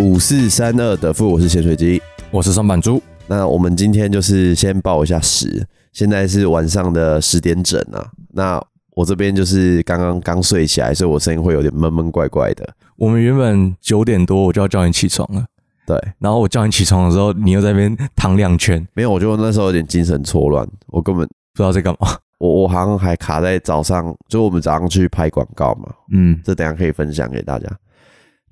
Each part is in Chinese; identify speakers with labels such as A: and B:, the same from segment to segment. A: 五四三二的付，我是潜水机。
B: 我是上班猪，
A: 那我们今天就是先报一下时，现在是晚上的十点整啊。那我这边就是刚刚刚睡起来，所以我声音会有点闷闷怪怪的。
B: 我们原本九点多我就要叫你起床了，
A: 对，
B: 然后我叫你起床的时候，你又在那边躺两圈，
A: 没有，我就那时候有点精神错乱，我根本
B: 不知道在干嘛。
A: 我我好像还卡在早上，就我们早上去拍广告嘛，
B: 嗯，
A: 这等一下可以分享给大家。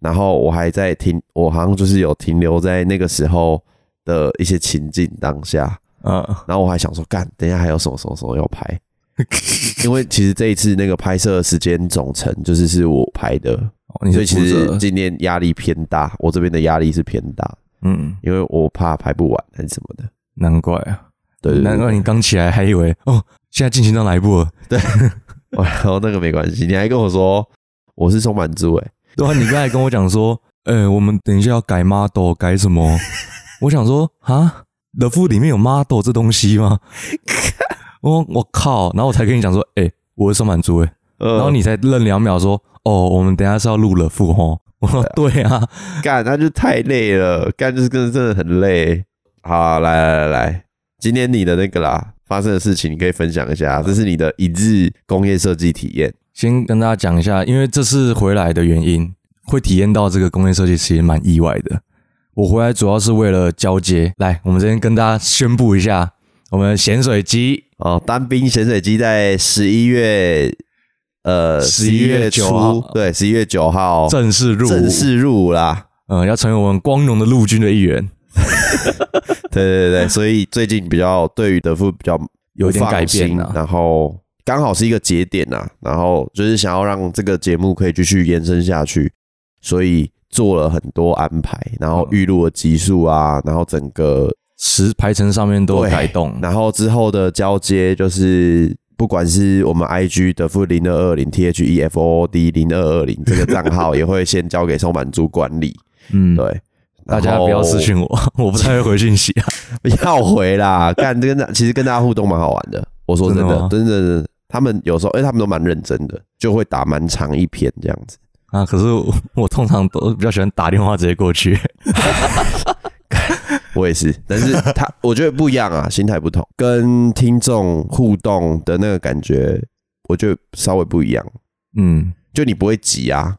A: 然后我还在停，我好像就是有停留在那个时候的一些情境当下。
B: 呃，
A: 然后我还想说，干，等一下还有什么什么什么要拍？ 因为其实这一次那个拍摄时间总成就是是我拍的，
B: 哦你
A: 所以
B: 是
A: 其
B: 负
A: 实
B: 责，
A: 今天压力偏大，我这边的压力是偏大，
B: 嗯，
A: 因为我怕拍不完还是什么的。
B: 难怪啊，
A: 对对
B: 难怪你刚起来还以为哦，现在进行到哪一步了？
A: 对， 然后那个没关系，你还跟我说我是松满欸猪诶，
B: 对啊，你刚才跟我讲说， 呃，我们等一下要改 model 改 什么？我想说啊，The Food 里面有 model 这东西 吗？我我靠，然后我才跟你讲说，哎、我是上班族哎，
A: 呃
B: 然后你才愣两秒说，哦，我们等一下是要录了副吼。 我说对啊，
A: 干，那就太累了，干就是真的真的很累。好啊，来来来来，今天你的那个啦发生的事情，你可以分享一下，这是你的一日工业设计体验。
B: 先跟大家讲一下，因为这次回来的原因，会体验到这个工业设计其实蛮意外的。我回来主要是为了交接，来，我们这边跟大家宣布一下，我们咸水鸡
A: 哦，单兵潜水机在十一月，呃，
B: 11月
A: 初
B: 9号，
A: 对，十一月九号
B: 哦正式入伍，
A: 正式入伍 啦。
B: 嗯、要成为我们光荣的陆军的一员，
A: 对对对，所以最近比较对于德富比较
B: 有一点
A: 不放
B: 改变
A: 心
B: 啊
A: 然后刚好是一个节点呐、然后就是想要让这个节目可以继续延伸下去，所以做了很多安排，然
B: 嗯
A: 后预录的集数啊，然后整个
B: 十排程上面都有
A: 对
B: 改动。
A: 然后之后的交接就是，不管是我们 IG 的负零二二零 T H E F O O D 零二二零这个账 号，也会先交给松满珠管理。
B: 嗯，
A: 对，
B: 大家不要私
A: 去，
B: 讯我，我不太会回讯息啊。
A: 不 要回啦。干跟大，其实跟大家互动蛮好玩的。我说真
B: 真的
A: 的
B: 吗，
A: 真的，真的他们有时候，哎、他们都蛮认真的，就会打蛮长一篇这样子。
B: 啊，可是我我通常都比较喜欢打电话直接过去。
A: 我也是，但 是他我觉得不一样啊，心态不同，跟听众互动的那个感觉，我觉得稍微不一样。
B: 嗯，
A: 就你不会急啊。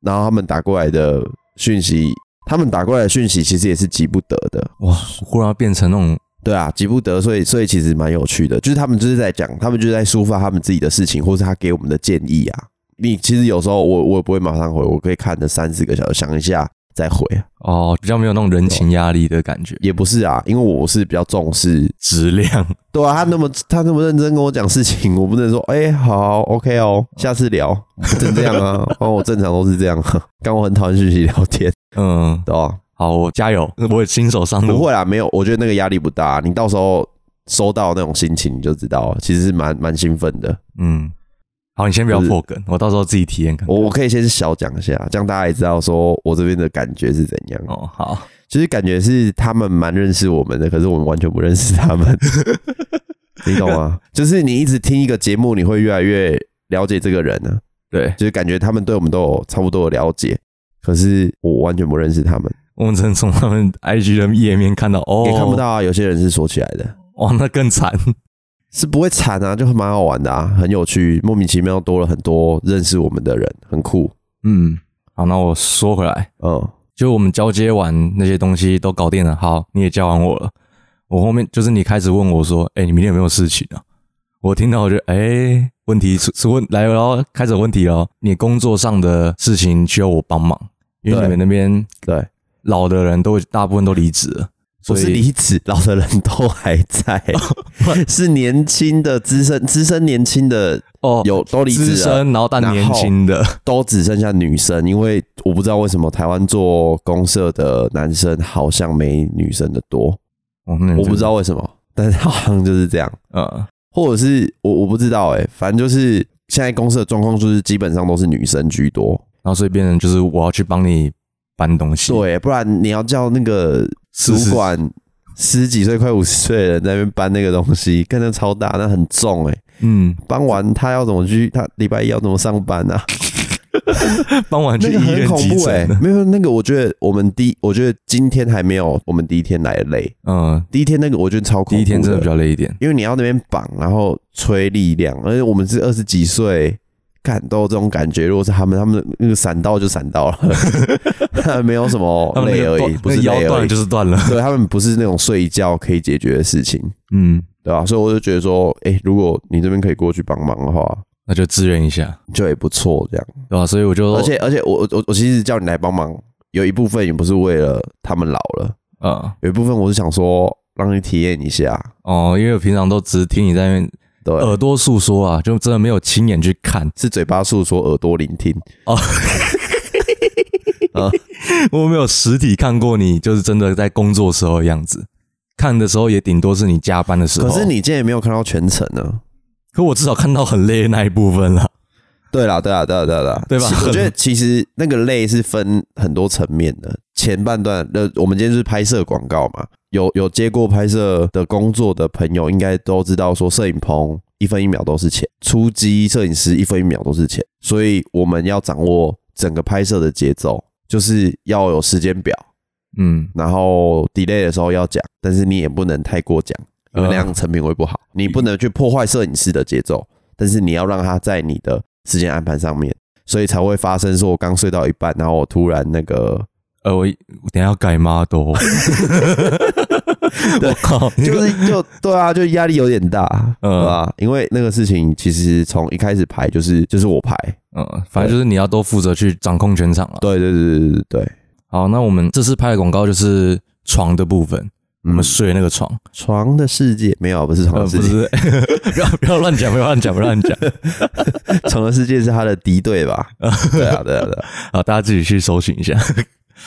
A: 然后他们打过来的讯息，他们打过来的讯息其实也是急不得的，
B: 哇，忽然变成那种
A: 对啊，急不得，所以所以其实蛮有趣的，就是他们就是在讲，他们就是在抒发他们自己的事情，或是他给我们的建议啊。你其实有时候我我也不会马上回，我可以看个三四个小时想一下再回啊，
B: 哦，比较没有那种人情压力的感觉，
A: 也不是啊，因为我是比较重视，
B: 质量。
A: 对啊，他那么他那么认真跟我讲事情，我不能说 哎、好 OK 哦，下次聊， 不能这样啊，哦我正常都是这样、 啊，但我很讨厌讯息聊天，
B: 嗯，
A: 对吧、
B: 好，我加油，我也新手上
A: 不
B: 路。
A: 会啦，没有，我觉得那个压力不大。啊你到时候收到那种心情，你就知道了，其实是蛮蛮兴奋的。
B: 嗯，好，你先不要
A: 就是
B: 破梗，我到时候自己体验看看。
A: 我我可以先小讲一下，这样大家也知道说我这边的感觉是怎样。
B: 哦，好，
A: 其实感觉是他们蛮认识我们的，可是我们完全不认识他 们，你懂吗？就是你一直听一个节目，你会越来越了解这个人呢、啊。
B: 对
A: 就是感觉他们对我们都有差不多的了解，可是我完全不认识他们，
B: 我们只能从他们 IG 的页面看到，哦，
A: 也看不到啊。有些人是锁起来的。
B: 哇，那更惨。
A: 是不会惨啊，就蛮好玩的啊，很有趣，莫名其妙多了很多认识我们的人，很酷。
B: 嗯，好，那我说回来，
A: 嗯，
B: 就我们交接完那些东西都搞定了，好，你也教完我了。我后面就是你开始问我说：“哎、你明天有没有事情啊？”我听到我就哎、诶问题出出问来了哦，开始有问题哦。你工作上的事情需要我帮忙，因为
A: 对
B: 你们那边
A: 对，
B: 老的人都大部分都离职了，
A: 不
B: 所
A: 是
B: 以
A: 离职，老的人都还 在，是年轻的资深资深年轻的
B: 哦
A: 有都离
B: 资
A: 职啊了，
B: 深，然后但
A: 然后
B: 年轻的，
A: 都只剩下女生，因为我不知道为什么台湾做公社的男生好像没女生的多，
B: 哦那你
A: 我
B: 真
A: 不
B: 的
A: 知道为什么，但是好像就是这样。
B: 呃，
A: 或者是我我不知道哎、反正就是现在公社的状况就是基本上都是女生居多，
B: 然后所以变成就是我要去帮你搬东西，，
A: 对，不然你要叫那个主
B: 是是
A: 管十几岁、快五十岁的人在那边搬那个东西，跟着超大，那很重哎、
B: 嗯，
A: 搬完他要怎么去？他礼拜一要怎么上班啊？
B: 傍晚去
A: 那个
B: 医
A: 很
B: 院
A: 恐
B: 急
A: 怖哎、
B: 诊。
A: 没有那个，我觉得我们第一，我觉得今天还没有我们第一天来的累。
B: 嗯，
A: 第一天那个我觉得超恐怖
B: 第一天真的比较累一点。
A: 因为你要那边绑，然后吹力量，而且我们是二十几岁，感到这种感觉。如果是他们，他们那个闪到就闪到了， 没有什么
B: 他们那
A: 累
B: 个
A: 而已，
B: 断
A: 不
B: 那
A: 是
B: 个腰
A: 累而
B: 断
A: 已
B: 就。是断了。
A: 对他们不是那种睡觉可以解决的事情，
B: 嗯，
A: 对吧、所以我就觉得说，哎、如果你这边可以过去帮忙的话，
B: 那就支援一下，
A: 就也不错。这样，
B: 对吧、所以我就
A: 而且而且我我我其实叫你来帮忙，有一部分也不是为了他们老了，
B: 嗯
A: 有一部分我是想说让你体验一下，
B: 哦，因为我平常都只听你在那边
A: 对，
B: 耳朵诉说啊，就真的没有亲眼去看。
A: 是嘴巴诉说，耳朵聆听。
B: 我没有实体看过你，就是真的在工作时候的样子。看的时候也顶多是你哦加班的时候，
A: 可是，你今天也没有看到全程啊呢。
B: 可我至少看到很累的那一部分了。
A: 对啦，对啦，对啦，对啦，对啦
B: 对吧
A: 其我觉得其实那个累是分很多层面的。前半段，呃，我们今天是拍摄广告嘛，有有接过拍摄的工作的朋友，应该都知道说，摄影棚一分一秒都是钱，出击摄影师一分一秒都是钱，所以我们要掌握整个拍摄的节奏，就是要有时间表，
B: 嗯，
A: 然后 delay 的时候要讲，但是你也不能太过讲，因
B: 嗯
A: 为那样成品会不好。你不能去破坏摄影师的节奏，但是你要让他在你的时间安排上面，所以才会发生说我刚睡到一半，然后我突然那个，
B: 呃，我我等一下要改 model。我 靠，你这
A: 就
B: 个
A: 是就对啊，就压力有点大，
B: 嗯
A: 对啊吧？因为那个事情其实从一开始排就是就是我排，
B: 嗯，反正就是你要多负责去掌控全场了。啊
A: 对对对对对对，
B: 好，那我们这次拍的广告就是床的部分，我
A: 嗯
B: 们睡的那个床，
A: 床的世界没有，不是床
B: 呃，
A: 的 世
B: 不
A: 界，
B: 是，不要不要乱讲，不要乱讲，不要 乱讲
A: 床的世界是他的敌对 吧？对啊对啊对啊，
B: 啊！大家自己去搜寻一下。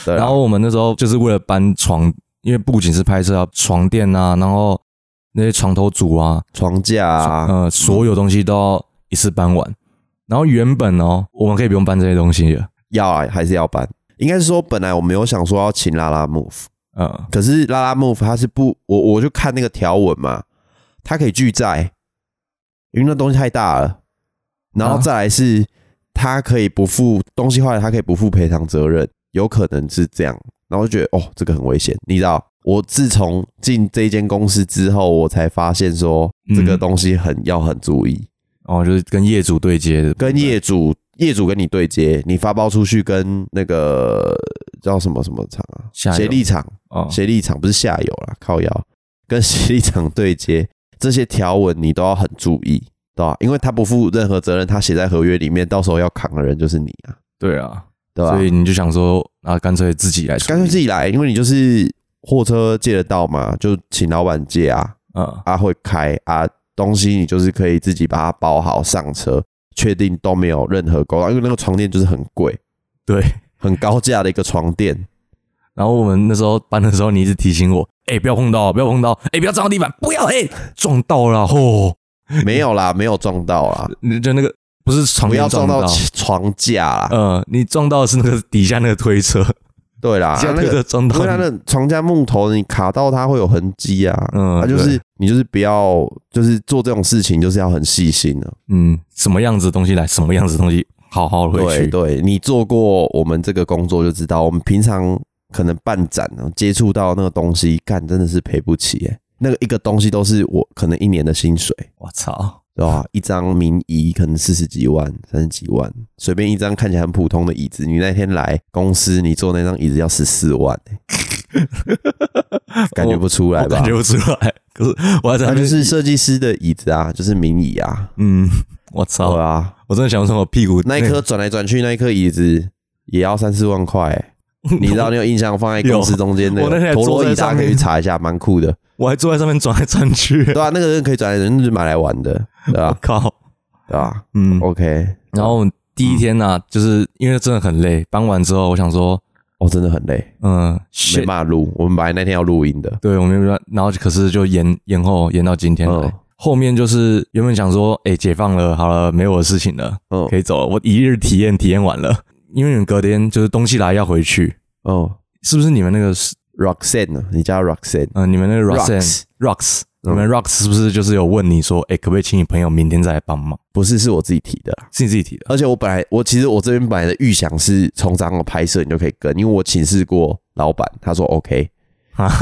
A: 对啊
B: 然后我们那时候就是为了搬床，因为不仅是拍摄啊，床垫啊，然后那些床头组啊，
A: 床架啊，
B: 呃，所有东西都要一次搬完。然后原本哦，我们可以不用搬这些东西的，
A: 要啊，还是要搬。应该是说，本来我没有想说要请拉拉 move，
B: 呃，
A: 可是拉拉 move 它是不，我我就看那个条文嘛，它可以拒载，因为那东西太大了。然后
B: 啊
A: 再来是，它可以不负东西坏了，它可以不负赔偿责任，有可能是这样。然后就觉得哦，这个很危险。你知道，我自从进这间公司之后，我才发现说
B: 嗯
A: 这个东西很要很注意。
B: 哦，就是跟业主对接的部分，
A: 跟业主业主跟你对接，你发包出去跟那个叫什么什么厂啊，
B: 下游
A: 协力厂，
B: 哦，
A: 协力厂不是下游啦，靠腰跟 协力厂对接，这些条文你都要很注意，对吧、因为他不负任何责任，他写在合约里面，到时候要扛的人就是你啊，
B: 对啊，
A: 对吧、
B: 所以你就想说，那、干脆自己来处理，
A: 干脆自己来，因为你就是货车借得到嘛，就请老板借啊，
B: 啊、
A: 啊会开啊，东西你就是可以自己把它包好上车，确定都没有任何勾当，因为那个床垫就是很贵，
B: 对。
A: 很高价的一个床 垫，
B: 然后我们那时候搬的时候，你一直提醒我，哎、不要碰到，不要碰到，哎、不要撞到地板，不要，哎、撞到了，吼、
A: 没有啦，没有撞到啦，
B: 你就那个不是床
A: 不
B: 垫
A: 要
B: 撞
A: 撞
B: 到
A: 到，床架啦，
B: 呃，你撞到的是那个底下那个推车，
A: 对啦，
B: 底下
A: 啊那
B: 推
A: 个
B: 车撞
A: 因
B: 到
A: 为它
B: 你，
A: 的床架木头，你卡到它会有痕迹啊，
B: 嗯
A: 它就是你就是不要就是做这种事情，就是要很细心啊。
B: 嗯，什么样子的东西来，什么样子的东西，好好地回
A: 对
B: 去，
A: 对，你做过我们这个工作就知道，我们平常可能办展啊，接触到那个东西，干真的是赔不起哎、那个一个东西都是我可能一年的薪水，
B: 我操，
A: 对吧？一张名椅可能四十几万、三十几万，随便一张看起来很普通的椅子，你那天来公司，你坐那张椅子要十四 万、欸感觉不出来
B: 我
A: 吧
B: 感觉？不出来，可是我还在
A: 它
B: 那
A: 就
B: 边，
A: 是设计师的椅子啊，就是名椅啊，
B: 嗯，我操，
A: 对啊，
B: 我真的想不通我屁股
A: 那一颗转来转去，那一颗椅子也要三四万块、 欸你知道你有印象放在公司中间那
B: 有我那
A: 个
B: 天还
A: 陀
B: 坐
A: 螺
B: 在
A: 椅，大
B: 上
A: 家可
B: 面
A: 以去查一下，蛮酷 的，
B: 我还坐在上面转来转去，
A: 对啊，那个可以转来转去，就是买来玩的，对吧、
B: 我靠，
A: 对吧、啊、
B: 嗯，
A: ？OK，
B: 然后第一天呢、啊，就是因为真的很累，搬完之后我想说，
A: 哦，真的很累，
B: 嗯，
A: 没
B: 先
A: 办法录，我们本来那天要录音的，
B: 对，我们原然后可是就延延后延到今天来。
A: 嗯
B: 后面就是原本想说，哎、解放了，好了，没我的事情了，
A: 嗯
B: 可以走了。我一日体验体验完了，因为你们隔天就是东西来要回去，
A: 哦
B: 是不是你们那个是？
A: ，Roxanne，你叫 Roxanne，
B: 嗯、你们那个
A: Rox
B: Roxanne Rox
A: 嗯
B: 你们 Rock 是不是就是有问你说，哎、可不可以请你朋友明天再来帮忙？
A: 不是是我自己提的啦。
B: 是你自己提的，
A: 而且我本来我其实我这边本来的预想是从早上拍摄你就可以跟，因为我请示过老板，他说 OK，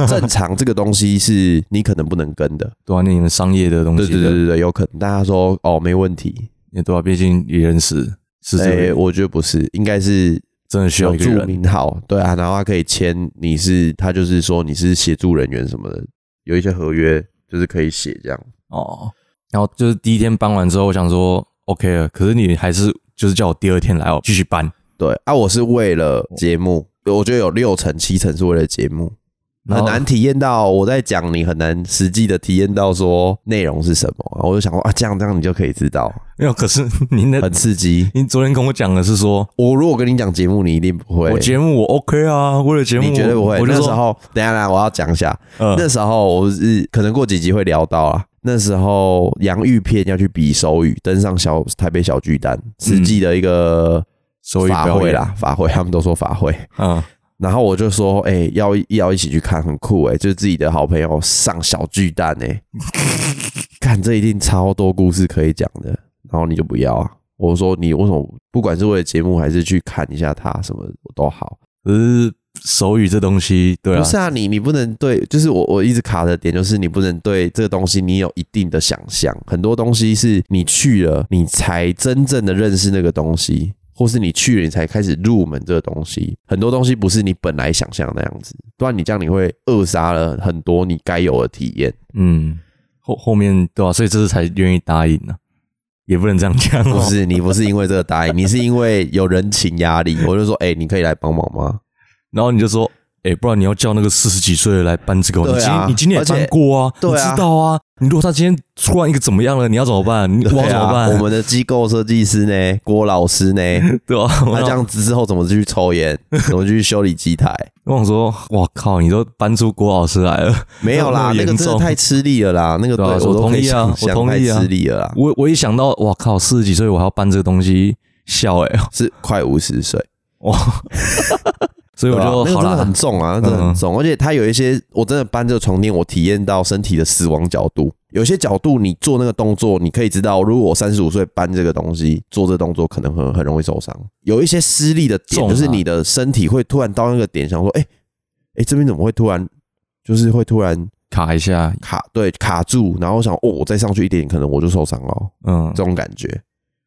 A: 正常这个东西是你可能不能跟 的，
B: 对啊，你们商业的东西
A: 对
B: 的，
A: 对对对对，有可能。但他说哦没问题，
B: 也对啊，毕竟也认识，是这
A: 哎，
B: 个
A: 我觉得不是，应该是
B: 真的需要
A: 有
B: 一个
A: 注
B: 人，
A: 明好，对啊，然后他可以签你是他就是说你是协助人员什么的，有一些合约就是可以写这样。
B: 哦，然后就是第一天搬完之后，我想说 OK 了，可是你还是就是叫我第二天来哦，继续搬。
A: 对啊，我是为了
B: 嗯
A: 节目，我觉得有六成七成是为了节目，
B: 然
A: 很
B: 后
A: 难体验到。我在讲，你很难实际的体验到说内容是什么。我就想说啊，这样这样你就可以知道，
B: 没有，可是 你那，
A: 很刺激。
B: 你昨天跟我讲的是说，
A: 我如果跟你讲节目，你一定不会。
B: 我节目我 OK 啊，为了节目
A: 你绝对不会。
B: 我就
A: 那时
B: 说，
A: 候，等一下啦，我要讲一下。
B: 嗯
A: 那时候我是可能过几集会聊到啊。那时候洋芋片要去比手语，登上小台北小巨蛋，实际的一个
B: 嗯手语
A: 法
B: 表
A: 会
B: 演，
A: 啦，法会他们都说法会。
B: 嗯，
A: 然后我就说，哎、要要一起去看，很酷哎、就是自己的好朋友上小巨蛋哎、 看这一定超多故事可以讲的。然后你就不要啊，我说你为什么不管是为了节目还是去看一下他什么都好，
B: 可是手语这东西，对啊
A: 不，是啊，你你不能对，就是我我一直卡的点就是你不能对这个东西你有一定的想象，很多东西是你去了你才真正的认识那个东西，或是你去了你才开始入门这个东西，很多东西不是你本来想象那样子，不然你这样你会扼杀了很多你该有的体 验。
B: 嗯，后后面对啊，所以这次才愿意答应呢、啊也不能这样讲、哦，
A: 不是啊你不是因为这个答应，你是因为有人情压力，我就说哎、你可以来帮忙 吗？
B: 然后你就说，哎、不然你要叫那个四十几岁的来搬这个哦，
A: 对啊
B: 你今你今天也搬过啊，
A: 对啊
B: 你知道啊，你如果他今天突然一个怎么样了，你要怎么办？你我要
A: 对
B: 怎么
A: 啊，
B: 办？
A: 我们的机构设计师呢，郭老师呢，
B: 对啊，我
A: 那这
B: 想
A: 样子之后怎么继续抽烟，怎么继续修理机台？
B: 我想说，哇靠，你都搬出郭老师来了，
A: 没有啦，那
B: 那么
A: 个
B: 严
A: 真的
B: 重
A: 太吃力了啦，那个
B: 对啊
A: 我
B: 我
A: 都
B: 同
A: 可以
B: 意啊
A: 想象
B: 我同意啊
A: 太吃力了啦，
B: 我我一想到，哇靠，四十几岁我还要搬这个东西，笑哎、
A: 是快五十岁，
B: 所以我
A: 对吧
B: 就
A: 那个
B: 好
A: 真的
B: 啦嗯
A: 很，重啊，那真的很重，而且它有一些我真的搬这个床垫，我体验到身体的死亡角度，有些角度你做那个动作，你可以知道，如果我三十五岁搬这个东西，做这动作可能很很容易受伤，有一些失力的点，
B: 重啊
A: 就是你的身体会突然到那个点，想说，哎、哎、这边怎么会突然，就是会突然
B: 卡一下，
A: 卡对卡住，然后想哦，我再上去一点，可能我就受伤了哦，
B: 嗯
A: 这，种感觉。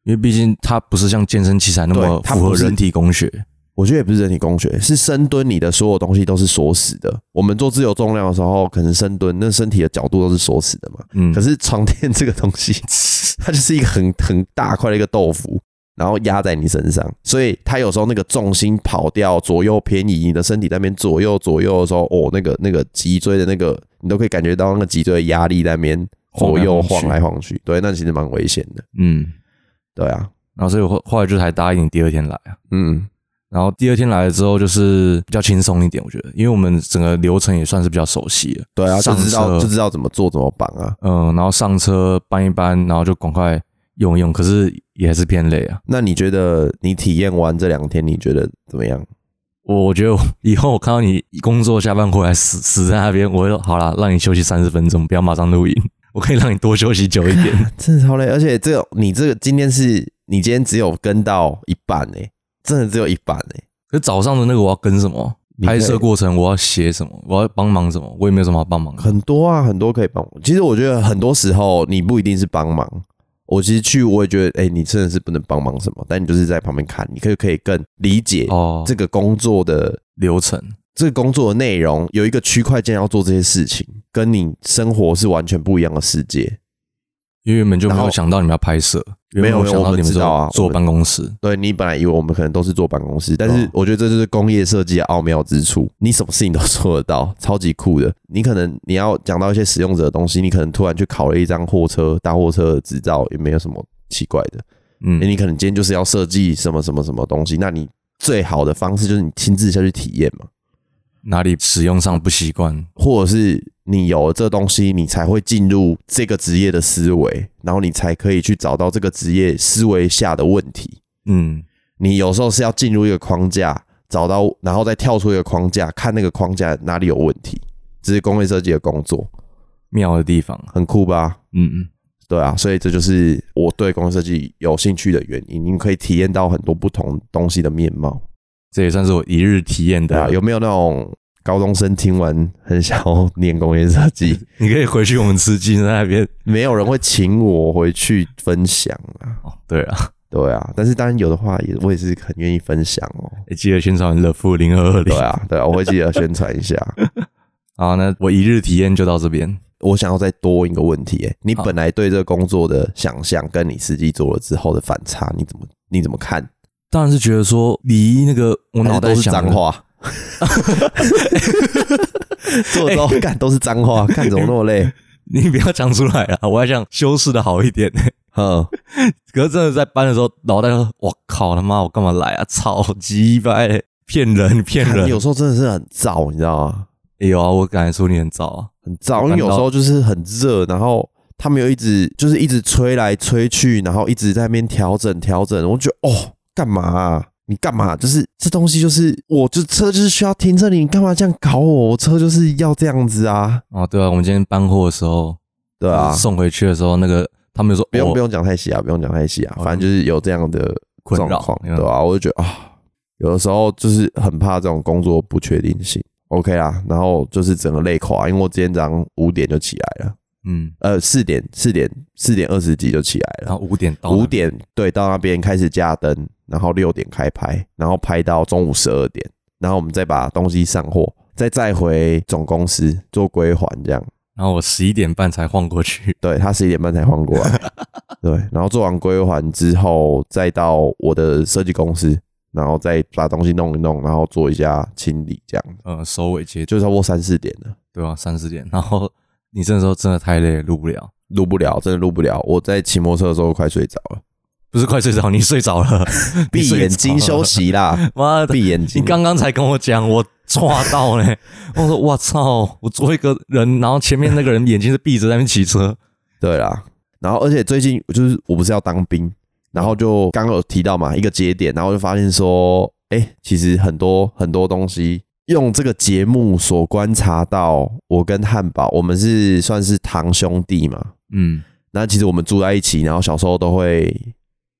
B: 因为毕竟它不是像健身器材那么
A: 对它
B: 符合
A: 不是
B: 人体工学，
A: 我觉得也不是人体工学，是深蹲，你的所有东西都是锁死的。我们做自由重量的时候，可能深蹲，那身体的角度都是锁死的嘛。
B: 嗯，
A: 可是床垫这个东 西，它就是一个很很大块的一个豆腐，然后压在你身上，所以它有时候那个重心跑掉，左右偏移，你的身体在那边左右左右的时候，哦，那个那个脊椎的那个，你都可以感觉到那个脊椎的压力在那边左右
B: 晃
A: 晃
B: 来
A: 来晃去，对，那其实蛮危险的，
B: 嗯，
A: 对啊，
B: 然后所以我后后来就才答应你第二天来啊。
A: 嗯，
B: 然后第二天来了之后，就是比较轻松一点，我觉得，因为我们整个流程也算是比较熟悉了。
A: 对啊，就
B: 上
A: 知道就
B: 车，
A: 知道怎么做怎么绑啊。
B: 嗯，然后上车搬一搬，然后就赶快用一用，可是也还是偏累啊。
A: 那你觉得你体验完这两天，你觉得怎么样？
B: 我我觉得我以后我看到你工作下班回来死死在那边，我会说好啦，让你休息三十分钟，不要马上录音， 我可以让你多休息久一 点。
A: 真的超累，而且这个你这个今天是你今天只有跟到一半哎、真的只有一半哎、
B: 可是早上的那个我要跟什么？
A: 你可以
B: 拍摄过程我要写什么？我要帮忙什么？我也没有什么好帮忙的。
A: 很多啊，很多可以帮我。其实我觉得很多时候你不一定是帮忙，我其实去我也觉得，哎、你真的是不能帮忙什么，但你就是在旁边看，你可以可以更理解
B: 哦，
A: 这个工作的
B: 流程
A: 这个工作的内容有一个区块键要做这些事情，跟你生活是完全不一样的世界。
B: 因为原本就没
A: 然
B: 有
A: 后
B: 想到你们要拍摄，
A: 没有
B: 原本想
A: 没有
B: 到
A: 我们
B: 你们
A: 知道啊
B: 坐
A: 我
B: 坐
A: 们
B: 办公室，
A: 对你本来以为我们可能都是坐办公室，但是
B: 哦
A: 我觉得这就是工业设计的奥妙之处，你什么事情都 做得到，超级酷的。你可能你要讲到一些使用者的东西，你可能突然去考了一张货车大货车的执照，也没有什么奇怪的。
B: 嗯
A: 诶，你可能今天就是要设计什么什么什么东西，那你最好的方式就是你亲自下去体验嘛，
B: 哪里使用上不习惯，
A: 或者是你有了这东西，你才会进入这个职业的思维，然后你才可以去找到这个职业思维下的问题。
B: 嗯，
A: 你有时候是要进入一个框架，找到，然后再跳出一个框架，看那个框架哪里有问题。这是工业设计的工作，
B: 妙的地方啊。
A: 很酷吧？
B: 嗯嗯，
A: 对啊，所以这就是我对工业设计有兴趣的原因。你可以体验到很多不同东西的面貌，
B: 这也算是我一日体验
A: 对啊。
B: 的。
A: 有没有那种高中生听完很想要念工业设计？
B: 你可以回去我们吃鸡在那边。
A: 没有人会请我回去分享啊，
B: 哦，对啊，
A: 对啊。但是当然有的话也，我也是很愿意分享哦。
B: 也记得宣传乐富零二二零
A: 对。啊，对啊，我会记得宣传一下。
B: 好，那我一日体验就到这边。
A: 我想要再多问一个问题、欸，你
B: 好
A: 本来对这个工作的想象，跟你实际做了之后的反差，你怎么你怎么看？
B: 当然是觉得说离那个我
A: 还
B: 脑
A: 是
B: 袋
A: 都是
B: 想的
A: 脏，话， 做之后
B: 哎
A: 干都是脏话，干怎么那么累？
B: 你不要讲出来啊！ 我还想修饰的好一点。
A: 嗯，
B: 可是真的在搬的时候，脑袋就说：“我靠他妈，我干嘛来啊？操，鸡掰，骗人骗
A: 干
B: 人！”
A: 有时候真的是很燥，你知道吗？
B: 欸有啊，我感觉说你很早啊。
A: 很燥，因为有时候就是很热，然后他们又一直就是一直吹来吹去，然后一直在那边调整调整，我就觉得哦，干嘛啊、你干嘛？就是这东西，就是我就车就是需要停这里，你干嘛这样搞我？我车就是要这样子啊，
B: 哦，对啊，我们今天搬货的时候，
A: 对啊，
B: 送回去的时候，那个他们就说哦
A: 不用不
B: 用，
A: 用讲太细啊，不用讲太细啊，
B: 哦
A: 反正就是有这样的
B: 困
A: 状
B: 扰
A: 况，
B: 嗯
A: 对吧、我就觉得啊，有的时候就是很怕这种工作不确定性。OK 啦，然后就是整个累垮，因为我今天早上五点就起来了，
B: 嗯，
A: 呃，四点四点四点二十几就起来
B: 然
A: 了，
B: 后五点到，
A: 五，点对到那边开始加灯，然后六点开拍，然后拍到中午十二点，然后我们再把东西上货，再载回总公司做归还这样。
B: 然后我十一点半才晃过去，
A: 对他十一点半才换过来， 对，然后做完归还之后，再到我的设计公司，然后再把东西弄一弄，然后做一下清理，这样
B: 呃，收尾接就
A: 就差不多三四点了，
B: 对啊，三四点，然后你这时候真的太累了，录不了，
A: 录不了，真的录不了。我在骑摩托车的时候快睡着了，
B: 不是快睡着，你 睡着了， 你
A: 闭
B: 睡着，
A: 眼睛休息啦
B: 妈的，
A: 闭眼
B: 你
A: 睛。
B: 刚刚才跟我讲，我抓到嘞、我说我操，我做一个人，然后前面那个人眼睛是闭着在那边骑车，
A: 对啦，然后而且最近就是我不是要当兵，然后就刚刚有提到嘛一个节点，然后就发现说，哎、其实很多很多东西。用这个节目所观察到，我跟汉堡，我们是算是堂兄弟嘛。
B: 嗯，
A: 那其实我们住在一起，然后小时候都会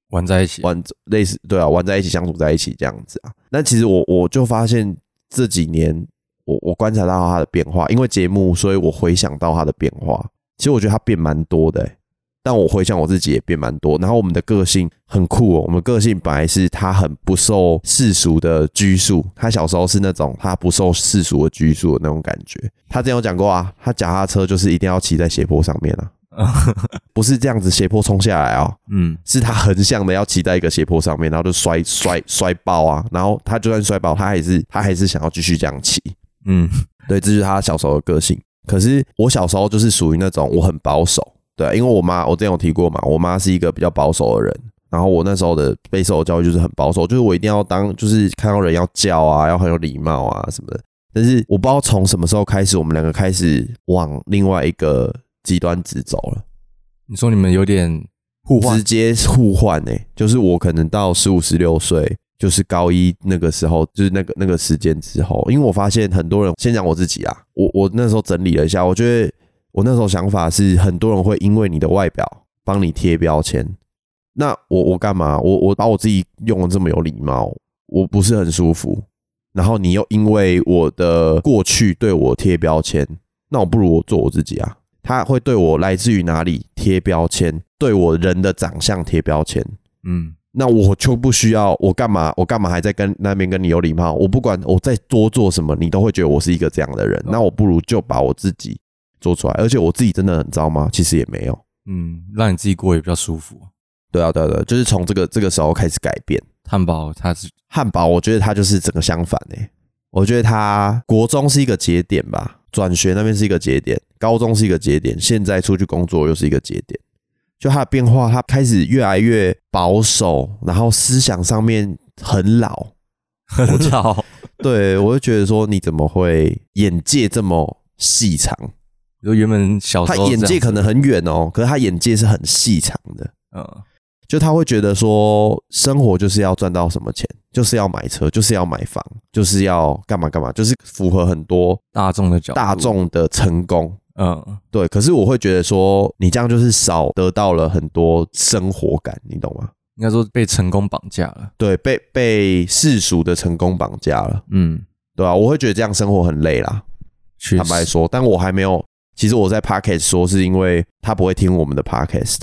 B: 玩在一起，
A: 玩类似，对啊，玩在一起，相处在一起这样子啊。那其实我我就发现这几年，我我观察到他的变化，因为节目，所以我回想到他的变化。其实我觉得他变蛮多的欸、但我回想我自己也变蛮多。然后我们的个性很酷哦、我们个性本来是他很不受世俗的拘束，他小时候是那种他不受世俗的拘束的那种感觉。他之前有讲过啊，他脚踏车就是一定要骑在斜坡上面啊，不是这样子斜坡冲下来哦、
B: 嗯，
A: 是他横向的要骑在一个斜坡上面，然后就摔摔摔爆啊，然后他就算摔爆，他还是他还是想要继续这样骑。
B: 嗯，
A: 对，这就是他小时候的个性。可是我小时候就是属于那种我很保守，对，啊因为我妈我之前有提过嘛，我妈是一个比较保守的人。然后我那时候的备受的教育就是很保守，就是我一定要当，就是看到人要叫啊，要很有礼貌啊什么的。但是我不知道从什么时候开始，我们两个开始往另外一个极端值走了。
B: 你说你们有点互换
A: 直，接互换诶、就是我可能到十五十六岁，就是高一那个时候，就是那个那个时间之后，因为我发现很多人，先讲我自己啊，我我那时候整理了一下，我觉得我那时候想法是，很多人会因为你的外表帮你贴标签。那我我干嘛？我我把我自己用的这么有礼貌，我不是很舒服。然后你又因为我的过去对我贴标签，那我不如我做我自己啊。他会对我来自于哪里贴标签，对我人的长相贴标签，
B: 嗯，
A: 那我就不需要我干嘛？我干嘛还在跟那边跟你有礼貌？我不管我再多做什么，你都会觉得我是一个这样的人。那我不如就把我自己做出来，而且我自己真的很糟吗？其实也没有。
B: 嗯，让你自己过也比较舒服。
A: 对啊，对啊，对啊，就是从这个这个时候开始改变。
B: 汉堡它是
A: 汉堡，我觉得他就是整个相反诶、我觉得他国中是一个节点吧，转学那边是一个节点，高中是一个节点，现在出去工作又是一个节点。就他的变化，他开始越来越保守，然后思想上面很老。
B: 很 老，
A: 对我就觉得说，你怎么会眼界这么细长？
B: 就原本小时
A: 他
B: 候
A: 眼
B: 这
A: 界
B: 样，
A: 可能很远哦，可是他眼界是很细长的。
B: 嗯，
A: 就他会觉得说，生活就是要赚到什么钱，就是要买车，就是要买房，就是要干嘛干嘛，就是符合很多
B: 大众的角度，
A: 大众的成功。
B: 嗯，
A: 对，可是我会觉得说，你这样就是少得到了很多生活感，你懂吗？
B: 应该说被成功绑架了。
A: 对，被被世俗的成功绑架了，
B: 嗯，
A: 对啊吧、我会觉得这样生活很累啦，
B: 确
A: 坦白
B: 实，
A: 说，但我还没有。其实我在 podcast 说，是因为他不会听我们的 podcast，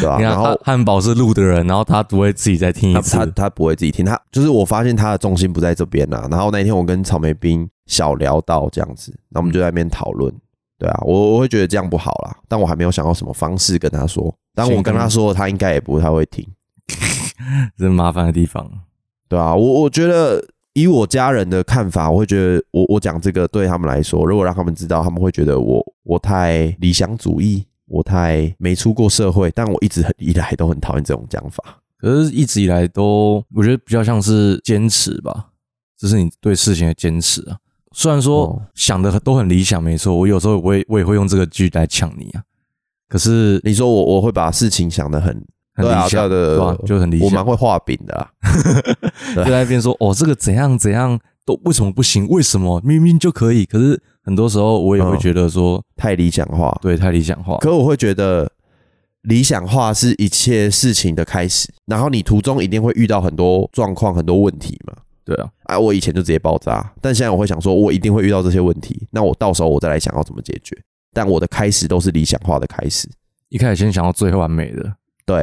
A: 对吧、
B: 你看
A: 啊然后
B: 汉汉堡是录的人，然后他不会自己再听一
A: 他
B: 次
A: 他。他不会自己听，他就是我发现他的重心不在这边啦、然后那一天我跟草莓冰小聊到这样子，那我们就在那边讨论。对啊，我我会觉得这样不好啦，但我还没有想到什么方式跟他说。但我跟他说，他应该也不太会听。
B: 这是麻烦的地方。
A: 对啊，我我觉得以我家人的看法，我会觉得我我讲这个对他们来说，如果让他们知道，他们会觉得我我太理想主义，我太没出过社会。但我一直很以来都很讨厌这种讲法。
B: 可是，一直以来都，我觉得比较像是坚持吧，这是你对事情的坚持啊。虽然说
A: 哦
B: 想的都很理想，没错，我有时候我也我也会用这个句来呛你啊。可是
A: 你说我我会把事情想得很
B: 很
A: 对啊
B: 理想，
A: 对啊对啊
B: 吧
A: 对啊？
B: 就很理
A: 我蛮
B: 想，
A: 会画饼的、啊，
B: 就在那边说哦，这个怎样怎样都为什么不行？为什么明明就可以？可是很多时候我也会
A: 嗯
B: 觉得说，
A: 太理想化。
B: 对，啊太理想化。
A: 可我会觉得理想化是一切事情的开始，然后你途中一定会遇到很多状况、很多问题嘛。
B: 对啊，
A: 啊，我以前就直接爆炸，但现在我会想说，我一定会遇到这些问题，那我到时候我再来想要怎么解决。但我的开始都是理想化的开始，
B: 一开始先想到最完美的，
A: 对，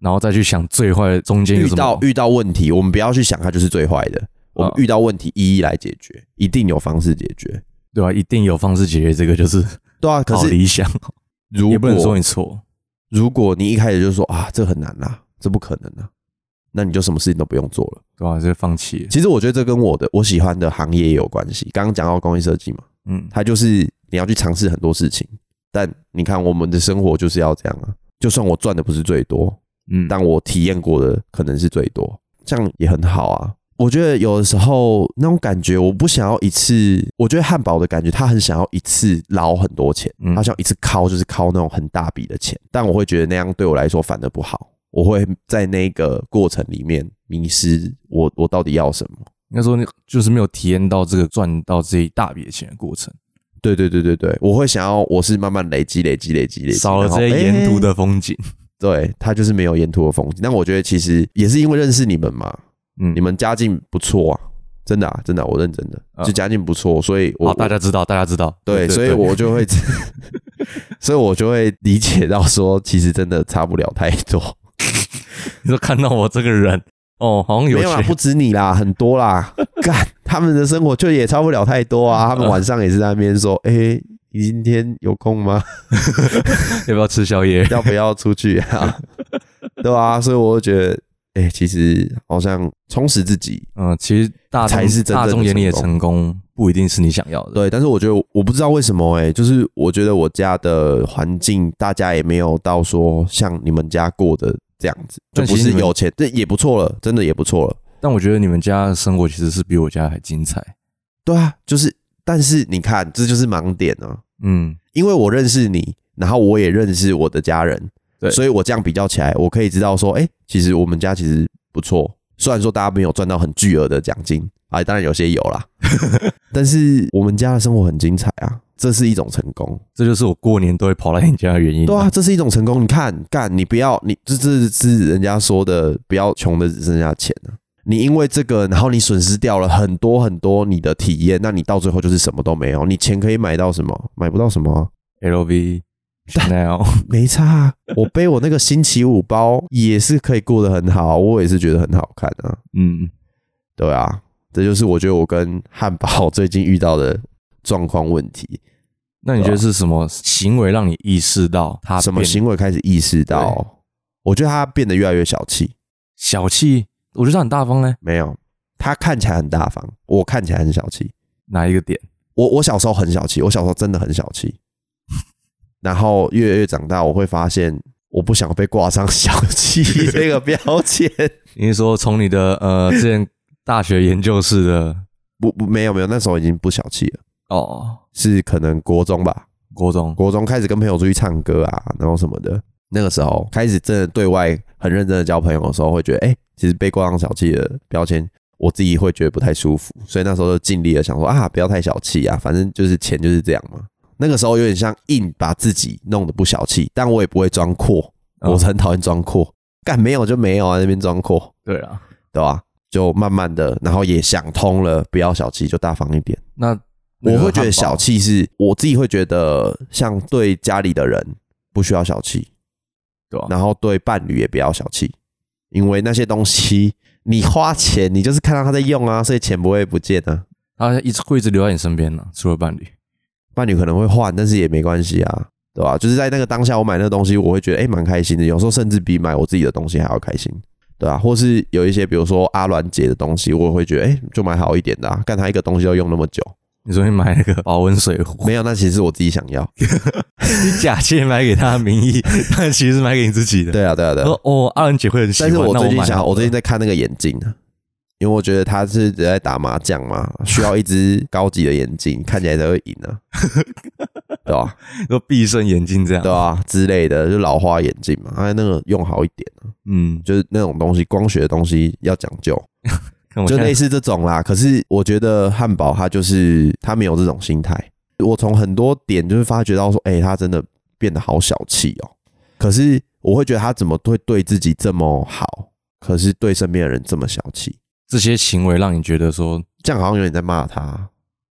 B: 然后再去想最坏的中间有
A: 遇
B: 什
A: 到
B: 么。
A: 遇到问题，我们不要去想它就是最坏的，我们
B: 啊
A: 遇到问题一一来解决，一定有方式解决。
B: 对啊，一定有方式解决这个，就是
A: 对 啊，可
B: 好
A: 是
B: 哦理想，
A: 如
B: 也不能
A: 果
B: 说你错。
A: 如果你一开始就说啊，这很难啦、这不可能啊，那你就什么事情都不用做了。
B: 对啊，就放弃了。
A: 其实我觉得这跟我的我喜欢的行业也有关系。刚刚讲到工业设计嘛，
B: 嗯，
A: 它就是你要去尝试很多事情。但你看，我们的生活就是要这样啊。就算我赚的不是最多，
B: 嗯，
A: 但我体验过的可能是最多，这样也很好啊。我觉得有的时候那种感觉，我不想要一次。我觉得汉堡的感觉，他很想要一次捞很多钱，
B: 嗯
A: 他想一次敲就是敲那种很大笔的钱，但我会觉得那样对我来说反而不好。我会在那个过程里面迷失我我到底要什么。
B: 应该说你就是没有体验到这个赚到这一大笔的钱的过程，
A: 对对对对对，我会想要我是慢慢累积累积累积累积，
B: 少了
A: 然
B: 这
A: 后
B: 些沿途
A: 诶
B: 的风景。
A: 哎对他就是没有沿途的风景。但我觉得其实也是因为认识你们嘛，
B: 嗯，
A: 你们家境不错啊，真的啊，真的啊、我认真的，
B: 嗯
A: 就家境不错，所以我
B: 好，大家知道，大家知道。
A: 对，所以我 就会，所以我就会理解到说，其实真的差不了太多。
B: 你说看到我这个人，哦，好像有
A: 没有啦，啊
B: 钱
A: 不止你啦，很多 啦，干他们的生活就也差不了太多啊。他们晚上也是在那边 说，哎、你今天有空吗？
B: 要不要吃宵夜？
A: 要不要出去啊？ 对啊，所以我就觉得，哎、其实好像充实自己，
B: 嗯，其实大众
A: 才是真正的
B: 大众眼里的
A: 成
B: 成功，不一定是你想要的。，
A: 对，但是我觉得我不知道为什么哎、就是我觉得我家的环境，大家也没有到说像你们家过的这样子，就
B: 但
A: 不
B: 其实
A: 是
B: 你们
A: 有钱，这也不错了，真的也不错了。
B: 但我觉得你们家的生活其实是比我家还精彩。
A: 对啊，就是，但是你看，这就是盲点啊，
B: 嗯，
A: 因为我认识你，然后我也认识我的家人，
B: 对
A: 所以我这样比较起来，我可以知道说，哎、其实我们家其实不错，虽然说大家没有赚到很巨额的奖金啊，当然有些有啦， 但是我们家的生活很精彩啊，这是一种成功。
B: 这就是我过年都会跑来你家的原因。
A: 对啊，，这是一种成功。你看，干，你不要，你这这是人家说的，不要穷的只剩下钱啊。你因为这个，然后你损失掉了很多很多你的体验，那你到最后就是什么都没有。你钱可以买到什么？买不到什么啊、
B: LV、Chanel，
A: 没差、啊。我背我那个星期五包也是可以过得很好，我也是觉得很好看啊。
B: 嗯，
A: 对啊，这就是我觉得我跟汉堡 最近遇到的状况问题。
B: 那你觉得是什么行为让你意识到他
A: 什么
B: 变
A: 行为开始意识
B: 对
A: 到？我觉得他变得越来越小气。
B: 小气？我觉得他很大方欸嘞。
A: 没有，他看起来很大方，我看起来很小气。
B: 哪一个点？
A: 我我小时候很小气，我小时候真的很小气。然后越来越长大，我会发现我不想被挂上小气 这个标签。
B: 你是说从你的 呃之前大学研究室的
A: 不不，没有没有，那时候已经不小气了，
B: 哦
A: 是可能国中吧，
B: 国中
A: 国中开始跟朋友出去唱歌啊，然后什么的。那个时候开始真的对外很认真的交朋友的时候，会觉得，哎、其实被挂上小气的标签，我自己会觉得不太舒服，所以那时候就尽力的想说啊，不要太小气啊，反正就是钱就是这样嘛。那个时候有点像硬把自己弄得不小气，但我也不会装阔，
B: 嗯
A: 我很讨厌装阔，干没有就没有啊，那边装阔，
B: 对啊啦，
A: 对吧？就慢慢的，然后也想通了，不要小气，就大方一点。
B: 那那
A: 我
B: 个
A: 会觉得
B: 汉堡
A: 小气是我自己会觉得，像对家里的人不需要小气，
B: 对吧？啊
A: 然后对伴侣也不要小气，因为那些东西你花钱，你就是看到他在用啊，所以钱不会不见啊。
B: 他一直会一直留在你身边呢，除了伴侣，
A: 伴侣可能会换，但是也没关系啊，对吧？就是在那个当下，我买那个东西，我会觉得哎蛮、开心的，有时候甚至比买我自己的东西还要开心，对啊，或是有一些比如说阿鸾姐的东西，我也会觉得哎、诶就买好一点的、啊，干他一个东西要用那么久，
B: 你昨天买那个保温水壶，
A: 没有，那其实是我自己想 要。
B: 你假借买给他的名义， 但其实是买给你自己的。
A: 对啊，对啊，对
B: 他
A: 啊。
B: 说哦，阿伦姐会很喜
A: 但
B: 欢。
A: 是我
B: 那
A: 最近
B: 买
A: 想，
B: 好
A: 我最近
B: 了
A: 在看那个眼镜啊，因为我觉得他是在打麻将嘛，需要一只高级的眼镜，看起来才会赢 啊，对吧、
B: 说闭上眼睛这样，
A: 对吧、啊之类的，就老花眼镜嘛，哎，那个用好一点。啊
B: 嗯，
A: 就是那种东西，光学的东西要讲究，
B: 看我
A: 就
B: 现在
A: 类似这种啦。可是我觉得汉堡它就是它没有这种心态。我从很多点就是发觉到说，哎、他真的变得好小气哦、可是我会觉得他怎么会对自己这么好，可是对身边的人这么小气？
B: 这些行为让你觉得说
A: 这样好像有点在骂他。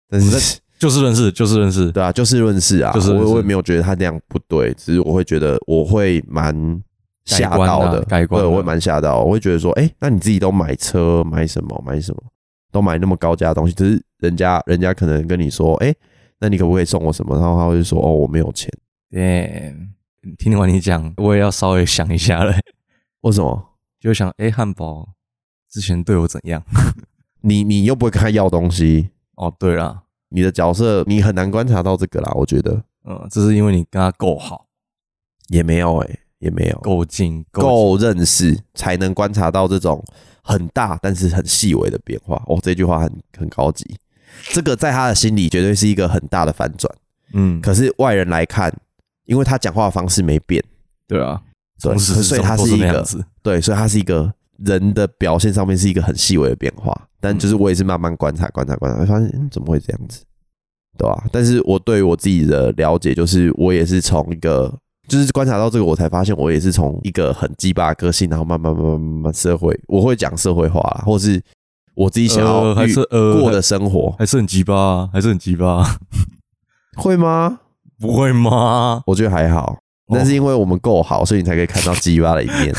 A: 但是
B: 就事论事，就事论事。
A: 对啊，就事论事啊，
B: 就事论事
A: 我我也没有觉得他这样不对，只是我会觉得我会蛮吓
B: 改观啊
A: 到的，
B: 改观
A: 对，
B: 啊
A: 我会蛮吓到，我会觉得说，哎、那你自己都买车，买什么，买什么，都买那么高价的东西，只是人家人家可能跟你说，哎、那你可不可以送我什么？然后他会说，哦，我没有钱，
B: 对，听完你讲，我也要稍微想一下了，
A: 为什么？
B: 就想哎，汉堡之前对我怎样？
A: 你你又不会跟他要东西，
B: 哦，对啦，
A: 你的角色你很难观察到这个啦，我觉得
B: 嗯，这是因为你跟他够好、
A: 也没有、哎，也没有
B: 够近、近
A: 够认识，才能观察到这种很大但是很细微的变化。哦，这句话很很高级，这个在他的心里绝对是一个很大的反转。
B: 嗯，
A: 可是外人来看，因为他讲话的方式没变，
B: 对啊，
A: 对
B: 从始至
A: 所以
B: 终
A: 他
B: 都
A: 是
B: 是
A: 一
B: 那
A: 个
B: 样子。
A: 对，所以他是一个人的表现上面是一个很细微的变化。但就是我也是慢慢观察、观察、观察，会发现、嗯、怎么会这样子，对吧、但是我对于我自己的了解，就是我也是从一个。就是观察到这个，我才发现我也是从一个很鸡巴的个性，然后慢慢慢慢慢慢社会，我会讲社会化啦，或是我自己想要
B: 呃还
A: 遇
B: 是呃
A: 过的生活，
B: 还是很鸡巴啊，还是很鸡巴啊，
A: 会吗？
B: 不会吗？
A: 我觉得还好，
B: 哦
A: 但是因为我们够好，所以你才可以看到鸡巴的一 面。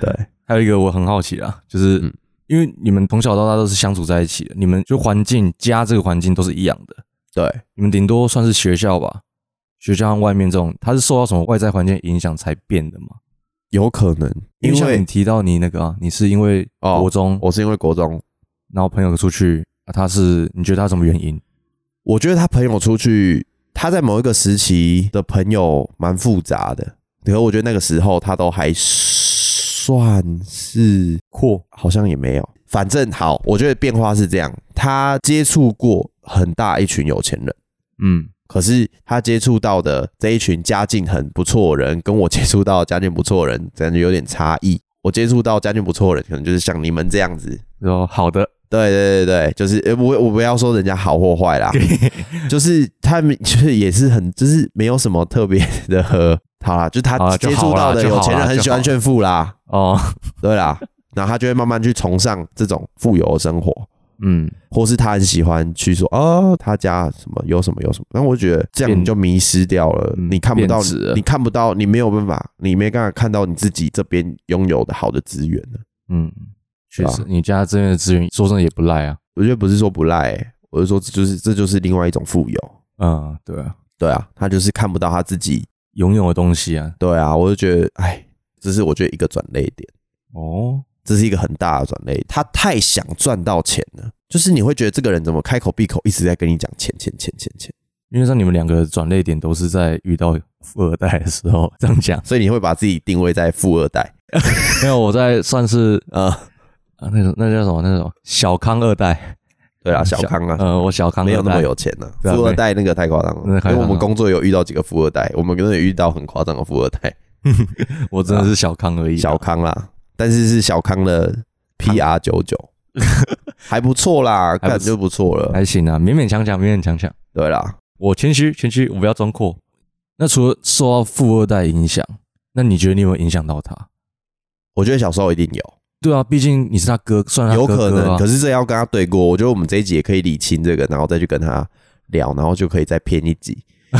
A: 对，
B: 还有一个我很好奇啊，就是、
A: 嗯
B: 因为你们从小到大都是相处在一起的，你们就环境家这个环境都是一样的，
A: 对，
B: 你们顶多算是学校吧，学校和外面这种，它是受到什么外在环境影响才变的吗？
A: 有可能，
B: 因
A: 因
B: 为像
A: 为
B: 你提到你那个啊，你是因为
A: 哦
B: 国中，
A: 我是因为国中，
B: 然后朋友出去，啊、他是你觉得他什么原因？
A: 我觉得他朋友出去，他在某一个时期的朋友蛮复杂的，可是我觉得那个时候他都还算是
B: 阔
A: 好像也没有，反正好，我觉得变化是这样，他接触过很大一群有钱人。
B: 嗯，
A: 可是他接触到的这一群家境很不错的人，跟我接触到的家境不错的人，感觉有点差异。我接触到家境不错的人，可能就是像你们这样子。
B: 然后好 的，
A: 对对对对，就是呃，我我不要说人家好或坏啦， 就是他们就是也是很就是没有什么特别的， 好啦，就是
B: 好
A: 他
B: 啦就
A: 接触
B: 好啦
A: 到的
B: 就好
A: 有
B: 啦
A: 钱人很
B: 就
A: 喜欢
B: 好
A: 炫富啦，
B: 哦，
A: 对啦，然后他就会慢慢去崇尚这种富有的生活。
B: 嗯，
A: 或是他很喜欢去说哦，他家什么有什么有什么，但我觉得这样
B: 变
A: 你就迷失掉了，
B: 嗯
A: 你看不到
B: 变质了
A: 你看不到，你没有办法，你没办法看到你自己这边拥有的好的资源了。
B: 嗯，确
A: 对啊
B: 实，你家这边的资源说真的也不赖啊。
A: 我觉得不是说不赖、欸，我是说这就是这就是另外一种富有。
B: 嗯，对啊，
A: 对啊，他就是看不到他自己。
B: 拥有的东西啊。
A: 对啊，我就觉得，哎，这是我觉得一个转泪点，
B: 哦，
A: 这是一个很大的转泪。他太想赚到钱了，就是你会觉得这个人怎么开口闭口一直在跟你讲钱钱钱钱钱，。
B: 因为像你们两个的转泪点都是在遇到富二代的时候，这样讲
A: 所以你会把自己定位在富二代。
B: 没有，我在算是
A: 呃，
B: 啊，那种那叫什么？那叫什么？小康二代。
A: 对啊，小康啊，
B: 呃，我小康
A: 没有那么
B: 二代
A: 有钱呢、
B: 对啊
A: 富二代那个太夸张了
B: 那个，太
A: 因
B: 夸张了
A: 为我们工作有遇到几个富二代，我们真的有遇到很夸张的富二 代，
B: 我真的是小康而已啊。
A: 小康啦，但是是小康的 PR 九九，还不错啦，
B: 还不错
A: 感觉不错了。
B: 还行啊，勉勉强强，勉勉强强。
A: 对啦，
B: 我谦虚，谦虚，我不要装阔。那除了受到富二代影响，那你觉得你有没有影响到他？
A: 我觉得小时候一定有，
B: 对啊，毕竟你是他哥，算是他
A: 有
B: 哥
A: 可
B: 哥
A: 能，
B: 啊
A: 可是这要跟他对过。我觉得我们这一集也可以理清这个，然后再去跟他聊，然后就可以再骗一集。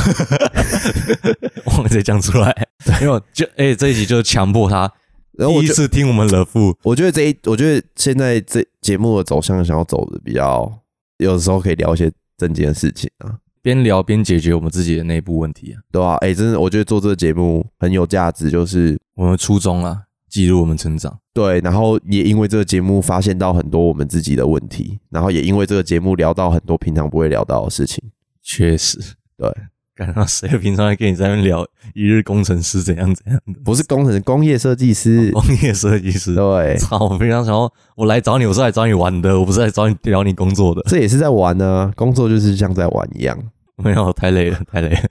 B: 忘了直接讲出来，因为我就哎、这一集就强迫他
A: 然后我
B: 第一
A: 就
B: 次听我们乐父，
A: 我觉得这一，我觉得现在这节目的走向想要走的比较，有时候可以聊一些正经的事情啊，
B: 边聊边解决我们自己的内部问题啊。
A: 对吧、啊？哎、真的，我觉得做这个节目很有价值，就是
B: 我们的初衷啊，记录我们成长。
A: 对，然后也因为这个节目发现到很多我们自己的问题，然后也因为这个节目聊到很多平常不会聊到的事情。
B: 确实，
A: 对，
B: 感到谁平常还跟你在那边聊一日工程师怎样怎样的，
A: 不是工程，工业设计 师，
B: 工业设计师。
A: 对，
B: 操！我平常想要我来找你，我是来找你玩的，我不是来找你聊你工作的。
A: 这也是在玩呢、工作就是像在玩一样。
B: 没有，太 累了，太累了，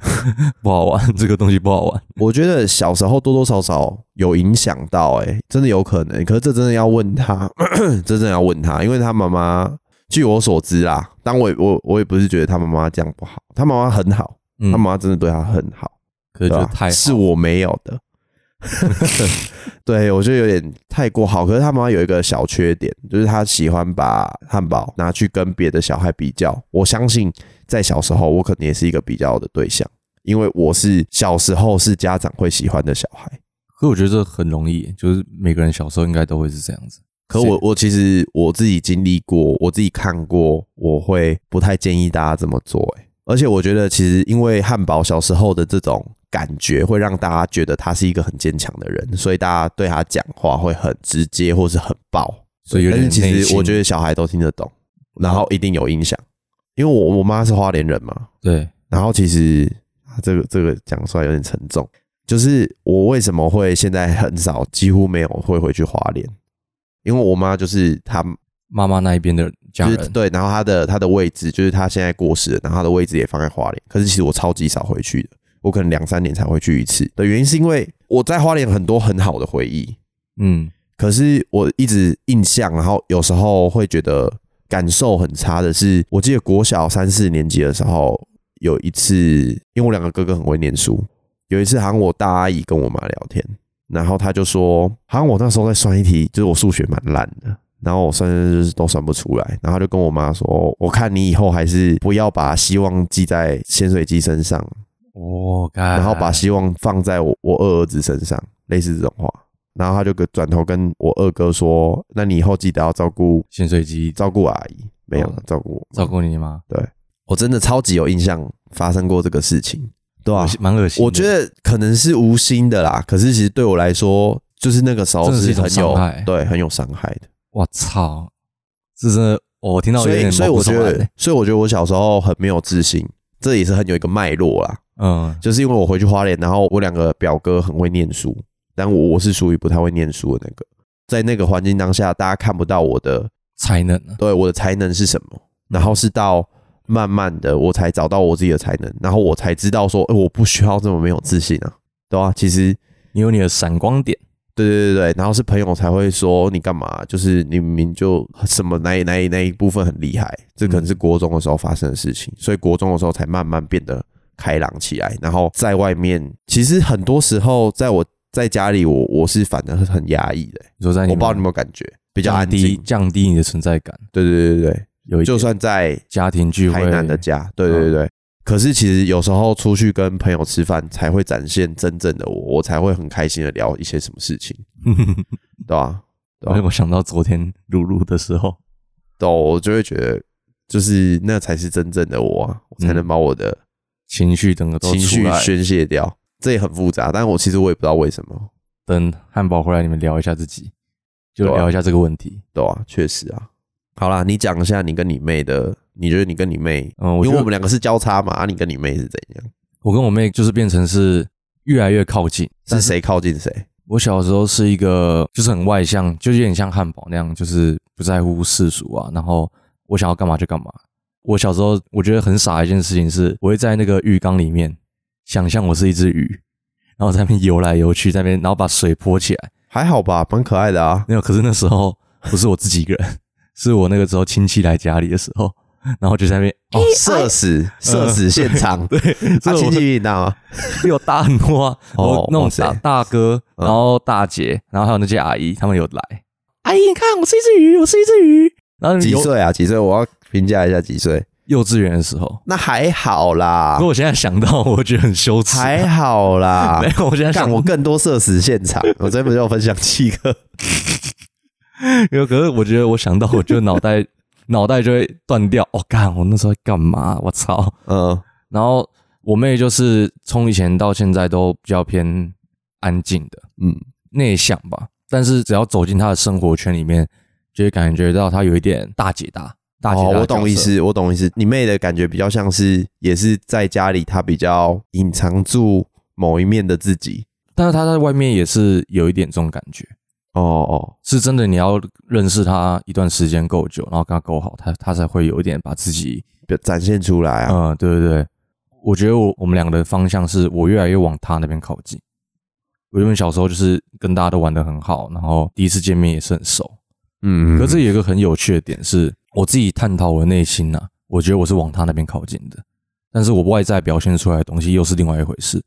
B: 不好玩， 这个东西不好玩。
A: 我觉得小时候多多少少有影响到、欸，真的有可能。可是这真的要问他， 这真的要问他，因为他妈妈，据我所知啦，但我也我我也不是觉得他妈妈这样不好，他妈妈很好，
B: 嗯
A: 他妈妈真的对他很好，
B: 可是
A: 对
B: 就
A: 吧
B: 太
A: 是我没有 的。对，我觉得有点太过好。可是他妈妈有一个小缺点，就是他喜欢把汉堡拿去跟别的小孩比较。我相信在小时候，我可能也是一个比较的对象，因为我是小时候是家长会喜欢的小孩。
B: 可我觉得这很容易，就是每个人小时候应该都会是这样子。
A: 可我我其实我自己经历过，我自己看过，我会不太建议大家这么做、欸。而且我觉得其实因为汉堡小时候的这种感觉，会让大家觉得他是一个很坚强的人，所以大家对他讲话会很直接或是很爆。
B: 所以有
A: 但
B: 点
A: 是其
B: 内
A: 实
B: 心
A: 我觉得小孩都听得懂，然后一定有影响。因为我我妈是花莲人嘛，
B: 对，
A: 然后其实啊这个这个讲出来有点沉重，就是我为什么会现在很少，几乎没有会回去花莲，因为我妈就是她
B: 妈妈那一边的家
A: 就
B: 人，
A: 是对，然后她的她的位置就是她现在过世了，然后她的位置也放在花莲，可是其实我超级少回去的，我可能两三年才会去一次的原因是因为我在花莲很多很好的回忆，
B: 嗯，
A: 可是我一直印象，然后有时候会觉得感受很差的是，我记得国小三四年级的时候，有一次，因为我两个哥哥很会念书，有一次好像我大阿姨跟我妈聊天，然后她就说，好像我那时候在算一题，就是我数学蛮烂的。然后我算就是都算不出来，然后她就跟我妈说：“我看你以后还是不要把希望寄在咸水鸡身上，
B: 我该，
A: 然后把希望放在我我二儿子身上，类似这种话。然后他就跟转头跟我二哥说：“那你以后记得要照顾
B: 咸水鸡
A: 照顾阿姨，没有
B: 哦
A: 照顾我。
B: 照顾你吗？”
A: 我真的超级有印象发生过这个事情，对吧、
B: 恶心蛮恶心的。
A: 我觉得可能是无心的啦，可是其实对我来说，就是那个时候
B: 真的是一种
A: 很有
B: 伤害
A: 对很有伤害的。
B: 我操，这真的，我听到有
A: 所以
B: 点
A: 所以
B: 毛骨
A: 我觉
B: 悚然
A: 得
B: 欸，
A: 所以我觉得我小时候很没有自信，这也是很有一个脉络啦。
B: 嗯，
A: 就是因为我回去花莲，然后我两个表哥很会念书，但我我是属于不太会念书的那个，在那个环境当下，大家看不到我的
B: 才能啊，
A: 对我的才能是什么，然后是到慢慢的我才找到我自己的才能，然后我才知道说，哎、我不需要这么没有自信啊，对啊，其实
B: 你有你的闪光点，
A: 对对对对，然后是朋友才会说你干嘛，就是你明明就什么哪一哪一哪一部分很厉害，这可能是
B: 嗯
A: 国中的时候发生的事情，所以国中的时候才慢慢变得开朗起来。然后在外面，其实很多时候在我在家里我，我是反而很压抑的、
B: 你说在
A: 我
B: 你
A: 不知道你有
B: 们
A: 没有感觉，比
B: 比
A: 较安
B: 低
A: 静。
B: 哎降低你的存在感，
A: 对对对对
B: 有
A: 对，
B: 一
A: 就
B: 点
A: 算在
B: 家庭聚会嗯
A: 台南的家，对对对对。可是其实有时候出去跟朋友吃饭，才会展现真正的我，我才会很开心的聊一些什么事 情，对吧、对吧
B: 让我想到昨天露露的时候，
A: 懂，我就会觉得，就是那才是真正的我、啊，我才能把我的
B: 嗯情绪整个都
A: 情
B: 出
A: 绪
B: 来
A: 宣泄掉。这也很复杂，但我其实我也不知道为什么，
B: 等汉堡回来，你们聊一下自己，就
A: 对啊
B: 聊一下这个问题。
A: 对吧、确实啊。好啦，你讲一下你跟你妹的，你觉得你跟你妹，
B: 嗯，我
A: 因
B: 觉
A: 为
B: 得
A: 我们两个是交叉嘛，啊，你跟你妹是怎样？
B: 我跟我妹就是变成是越来越靠近。
A: 是谁靠近谁？
B: 我小时候是一个就是很外向，就有点像汉堡那样，就是不在乎世俗啊，然后我想要干嘛就干嘛。我小时候我觉得很傻的一件事情是，我会在那个浴缸里面想象我是一只鱼，然后在那边游来游去，在那边然后把水泼起来。
A: 还好吧，蛮可爱的啊。
B: 没有，可是那时候不是我自己一个人，是我那个时候亲戚来家里的时候，然后就在那边哦，
A: 社死社死现场，
B: 嗯 对，
A: 他
B: 所以
A: 亲
B: 我
A: 戚比你大吗？
B: 有大很多啊，
A: 哦
B: 哦，那
A: 哇
B: 种
A: 塞
B: 大大哥，
A: 嗯
B: 然后大姐，然后还有那些阿姨，他们有来。阿哎姨，你看，我是一只鱼，我是一只鱼。然后
A: 几
B: 幼
A: 岁啊？几岁？我要评价一下几岁。
B: 幼稚园的时候，
A: 那还好啦
B: 如，果我现在想到，我会觉得很羞耻。
A: 还好 啦
B: 没。有，我现在
A: 啊干
B: 想
A: 我更多社死现场，我昨天不是有分享七 个？
B: 因为可是我觉得我想到，我就脑袋 脑袋就会断掉。哦，干，我那时候在干嘛？我操！
A: 嗯，
B: 然后我妹就是从以前到现在都比较偏安静的，
A: 嗯
B: 嗯，内向吧。但是只要走进她的生活圈里面，就会感觉到她有一点大姐大，大姐大、
A: 哦，我懂意。思，我懂意思。你妹的感觉比较像是，也是在家里，她比较隐藏住某一面的自己。
B: 但是她在外面也是有一点这种感觉，
A: 哦哦，
B: 是真的。你要认识她一段时间够久，然后跟她够好，她她才会有一点把自己，
A: 表展现出来啊。
B: 嗯，对对对。我觉得我我们两个的方向是我越来越往她那边靠近。我原本小时候就是跟大家都玩的很好，然后第一次见面也是很熟，
A: 嗯，
B: 可是有一个很有趣的点是，我自己探讨我的内心呐、我觉得我是往他那边靠近的，但是我外在表现出来的东西又是另外一回事。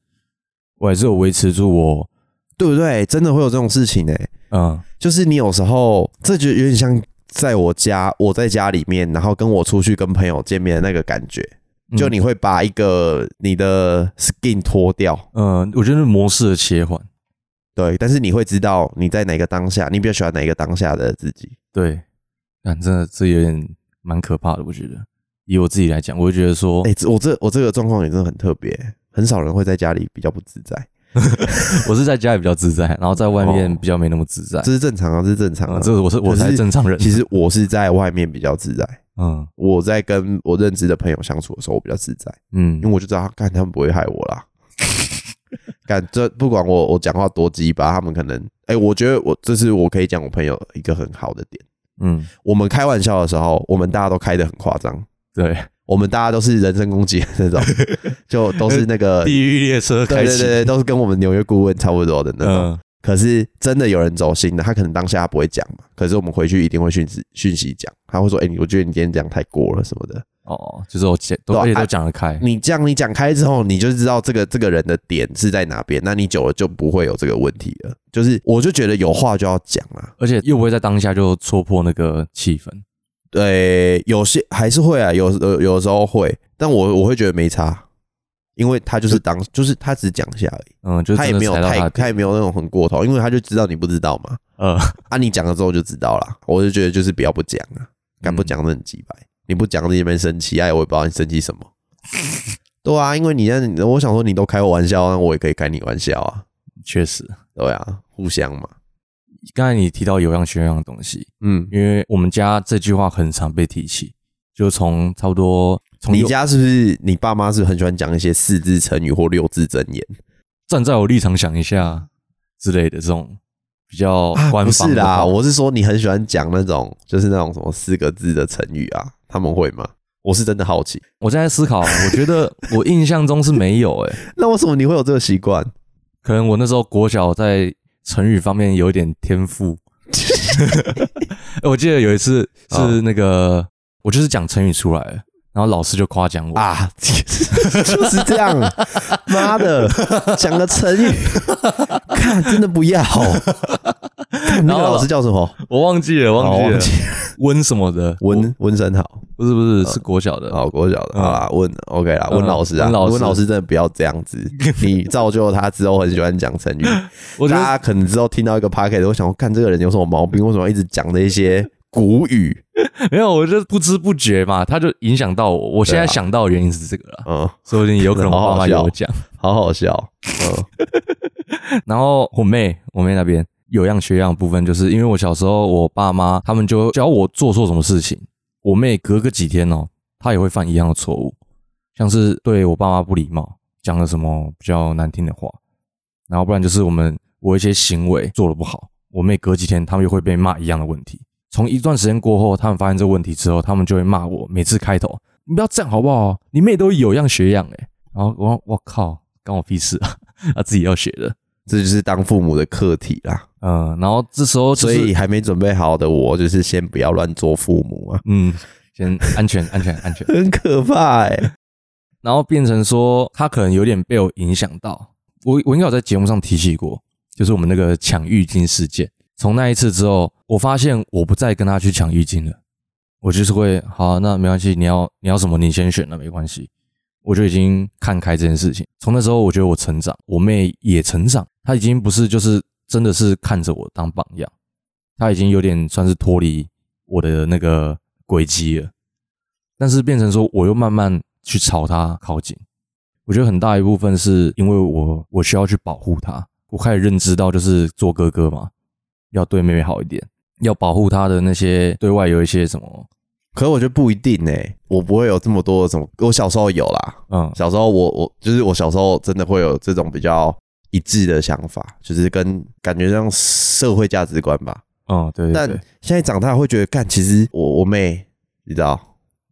B: 我还是有维持住我，
A: 对不对？真的会有这种事情哎、
B: 嗯
A: 就是你有时候这就有点像在我家，我在家里面，然后跟我出去跟朋友见面的那个感觉，
B: 嗯
A: 就你会把一个你的 skin 脱掉，
B: 嗯，我觉得是模式的切换，
A: 对，但是你会知道你在哪个当下，你比较喜欢哪一个当下的自己。
B: 对，但真的这有点蛮可怕的，我觉得。以我自己来讲，我会觉得说，
A: 哎、这我这我这个状况也真的很特别，很少人会在家里比较不自在，
B: 我是在家里比较自在，然后在外面
A: 哦
B: 比较没那么自在。
A: 这是正常啊，这是正常啊
B: 嗯，。这是我是我
A: 可
B: 才
A: 是
B: 正常人。
A: 其实我是在外面比较自在，
B: 嗯
A: 我在跟我认知的朋友相处的时候，我比较自在。
B: 嗯
A: 因为我就知道，干他们不会害我啦。干这不管我我讲话多鸡巴，他们可能哎、我觉得我这是我可以讲我朋友一个很好的点。
B: 嗯，
A: 我们开玩笑的时候，我们大家都开的很夸张，
B: 对，
A: 我们大家都是人身攻击的那 种，就都是那个
B: 地狱列车
A: 对
B: 开
A: 对
B: 启。
A: 对对，都是跟我们纽约顾问差不多的那种。
B: 嗯
A: 可是真的有人走心的，他可能当下他不会讲嘛，可是我们回去一定会讯息讯息讲，他会说：“哎、你我觉得你今天讲太过了什么的。”
B: 哦，就是我讲，都
A: 对啊
B: 而且
A: 啊
B: 都讲得开。
A: 你这样你讲开之后，你就知道这个这个人的点是在哪边，那你久了就不会有这个问题了。就是我就觉得有话就要讲啊，
B: 而且又不会在当下就戳破那个气氛。
A: 对，有些还是会啊，有有有时候会，但我我会觉得没差，因为他就是当就是他只讲一下而已，
B: 嗯，就是
A: 他也
B: 真的
A: 没有
B: 踩到他
A: 太
B: 的
A: 他也没有那种很过头，因为他就知道你不知道嘛，
B: 呃，
A: 啊，你讲了之后就知道啦。我就觉得就是不要不讲啊，敢不讲
B: 嗯
A: 真的很鸡掰，你不讲在那边生气，哎，我也不知道你生气什么。 对啊，因为你让我想说你都开我玩笑，那我也可以开你玩笑啊。
B: 确实。
A: 对啊，互相嘛。
B: 刚才你提到有样学样的东西，
A: 嗯，
B: 因为我们家这句话很常被提起，就从差不多从
A: 你
B: 有
A: 家是不是你爸妈是不是很喜欢讲一些四字成语或六字真言？
B: 站在我立场想一下之类的这种比较
A: 啊
B: 官
A: 不
B: 方
A: 是
B: 的话
A: 啦，我是说你很喜欢讲那种就是那种什么四个字的成语啊，他们会吗？我是真的好奇，
B: 我现在思考，我觉得我印象中是没有欸诶、
A: 那为什么你会有这个习惯？
B: 可能我那时候国小在成语方面有一点天 赋。哎我记得有一次
A: 啊
B: 是那个，我就是讲成语出来了，然后老师就夸奖我
A: 啊，就是这样， 妈的，讲个成语，看真的不 要。看那
B: 然
A: 个
B: 后
A: 老师叫什么？
B: 我忘记了，忘记
A: 哦
B: 了
A: 忘记
B: 温什么的
A: 温温生好，
B: 不是不是
A: 啊
B: 是国小的，
A: 好，国小的，好啦，温 OK 啦，
B: 嗯
A: 温老师啊，
B: 温啊老师
A: 温老师真的不要这 样子，你造就他之后很喜欢讲成语。
B: 我觉
A: 大家
B: 得
A: 可能之后听到一个 p o c k e t 会想说，看这个人有什么毛病，为什么一直讲那些古语？
B: 没有，我就不知不觉嘛，他就影响到我。我现在
A: 对啊
B: 想到的原因是这个了，
A: 嗯，
B: 说不定有可能
A: 好好
B: 我爸妈
A: 笑
B: 有讲。
A: 好好笑。嗯，
B: 然后我妹，我妹那边有样学样的部分，就是因为我小时候，我爸妈他们就教我做错什么事情，我妹隔个几天哦，她也会犯一样的错误，像是对我爸妈不礼貌，讲了什么比较难听的话，然后不然就是我们我一些行为做的不好，我妹隔几天他们又会被骂一样的问题。从一段时间过后，他们发现这个问题之后，他们就会骂我。每次开头，你不要这样好不好？你妹都有样学样诶、欸然后我我靠，关我屁事啊！ 她自己要学的。
A: 这就是当父母的课题啦。
B: 嗯，然后这时候、就
A: 所
B: 是、
A: 以还没准备好的我，就是先不要乱做父母啊。
B: 嗯，先安全，安全，安全。
A: 很可怕哎、
B: 欸然后变成说他可能有点被我影响到。我我应该有在节目上提起过，就是我们那个抢浴巾事件。从那一次之后，我发现我不再跟他去抢浴巾了，我就是会好啊、那没关系，你要你要什么你先选，那没关系。我就已经看开这件事情。从那时候，我觉得我成长，我妹也成长，她已经不是就是真的是看着我当榜样，她已经有点算是脱离我的那个轨迹了。但是变成说，我又慢慢去朝她靠近。我觉得很大一部分是因为我我需要去保护她，我开始认知到就是做哥哥嘛，要对妹妹好一点，要保护她的那些对外有一些什么，
A: 可是我觉得不一定哎、我不会有这么多的什么。我小时候有啦，
B: 嗯
A: 小时候我我就是我小时候真的会有这种比较一致的想法，就是跟感觉像社会价值观吧。
B: 嗯，对对
A: 但
B: 对，
A: 现在长大会觉得，干，其实我我妹，你知道，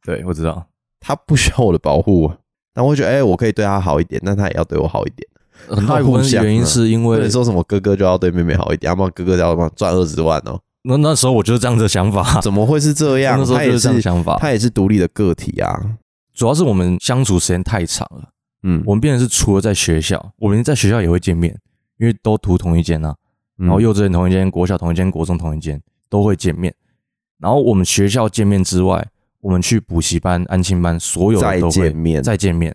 B: 对我知道，
A: 她不需要我的保护，但我会觉得，哎、我可以对她好一点，但她也要对我好一点。
B: 很大一部分原因是因
A: 不
B: 为
A: 能说什么哥哥就要对妹妹好一点，要不然哥哥就要帮赚二十万哦，
B: 那那时候我就是这样子的想法，
A: 怎么会是这样？
B: 那时候
A: 她也
B: 就是这样
A: 是
B: 的想法。
A: 她也是独立的个体啊。
B: 主要是我们相处时间太长了，
A: 嗯，
B: 我们变成是除了在学校，我们在学校也会见面，因为都读同一间啊，然后
A: 嗯
B: 幼稚园同一间，国小同一间，国中同一间，都会见面。然后我们学校见面之外，我们去补习班、安亲班，所有的
A: 再
B: 都会
A: 见面。
B: 再见面。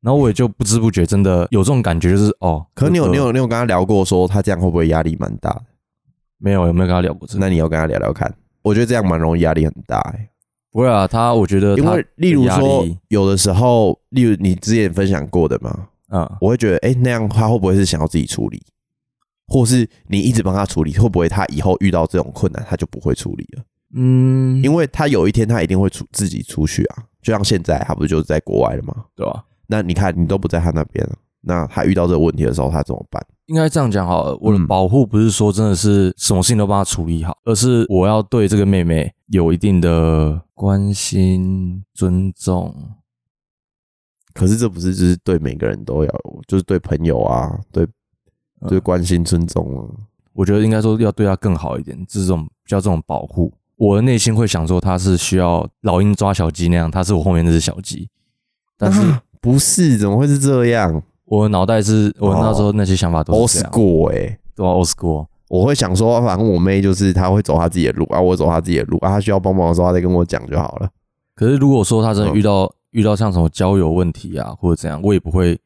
B: 然后我也就不知不觉真的有这种感觉，就是哦，
A: 可你有
B: 哥哥
A: 你有你有跟她聊过说她这样会不会压力蛮大的？
B: 没有有没有跟他聊过这个？
A: 那你要跟他聊聊看。我觉得这样蛮容易压力很大、欸，
B: 不会啊，他我觉得
A: 因
B: 他
A: 为例如
B: 压
A: 说
B: 力，
A: 有的时候，例如你之前分享过的嘛，
B: 嗯，
A: 我会觉得，哎、那样他会不会是想要自己处理，或是你一直帮他处理，会不会他以后遇到这种困难，他就不会处理了？
B: 嗯，
A: 因为他有一天他一定会出自己出去啊，就像现在他不就是在国外了吗？
B: 对吧、啊
A: 那你看你都不在他那边了，那他遇到这个问题的时候，他怎么办？
B: 应该这样讲好了，我的
A: 嗯
B: 保护不是说真的是什么事情都帮她处理好，而是我要对这个妹妹有一定的关心、尊重。
A: 可是这不是就是对每个人都要有，就是对朋友啊，对，对关心尊重啊。
B: 我觉得应该说要对她更好一点，这种比较这种保护。我的内心会想说，她是需要老鹰抓小鸡那样，她是我后面那只小鸡。但是
A: 啊不是，怎么会是这样
B: 我的脑袋是我那时候那些想法都
A: 哦？old
B: 是这样，
A: school 哎，
B: 对啊，old school，
A: 我会想说，反正我妹就是她会走她自己的路啊，我走她自己的路啊，她需要帮忙的时候，她再跟我讲就好了。
B: 可是如果说他真的
A: 嗯
B: 遇到、遇到像什么交友问题啊，或者怎样，我也不会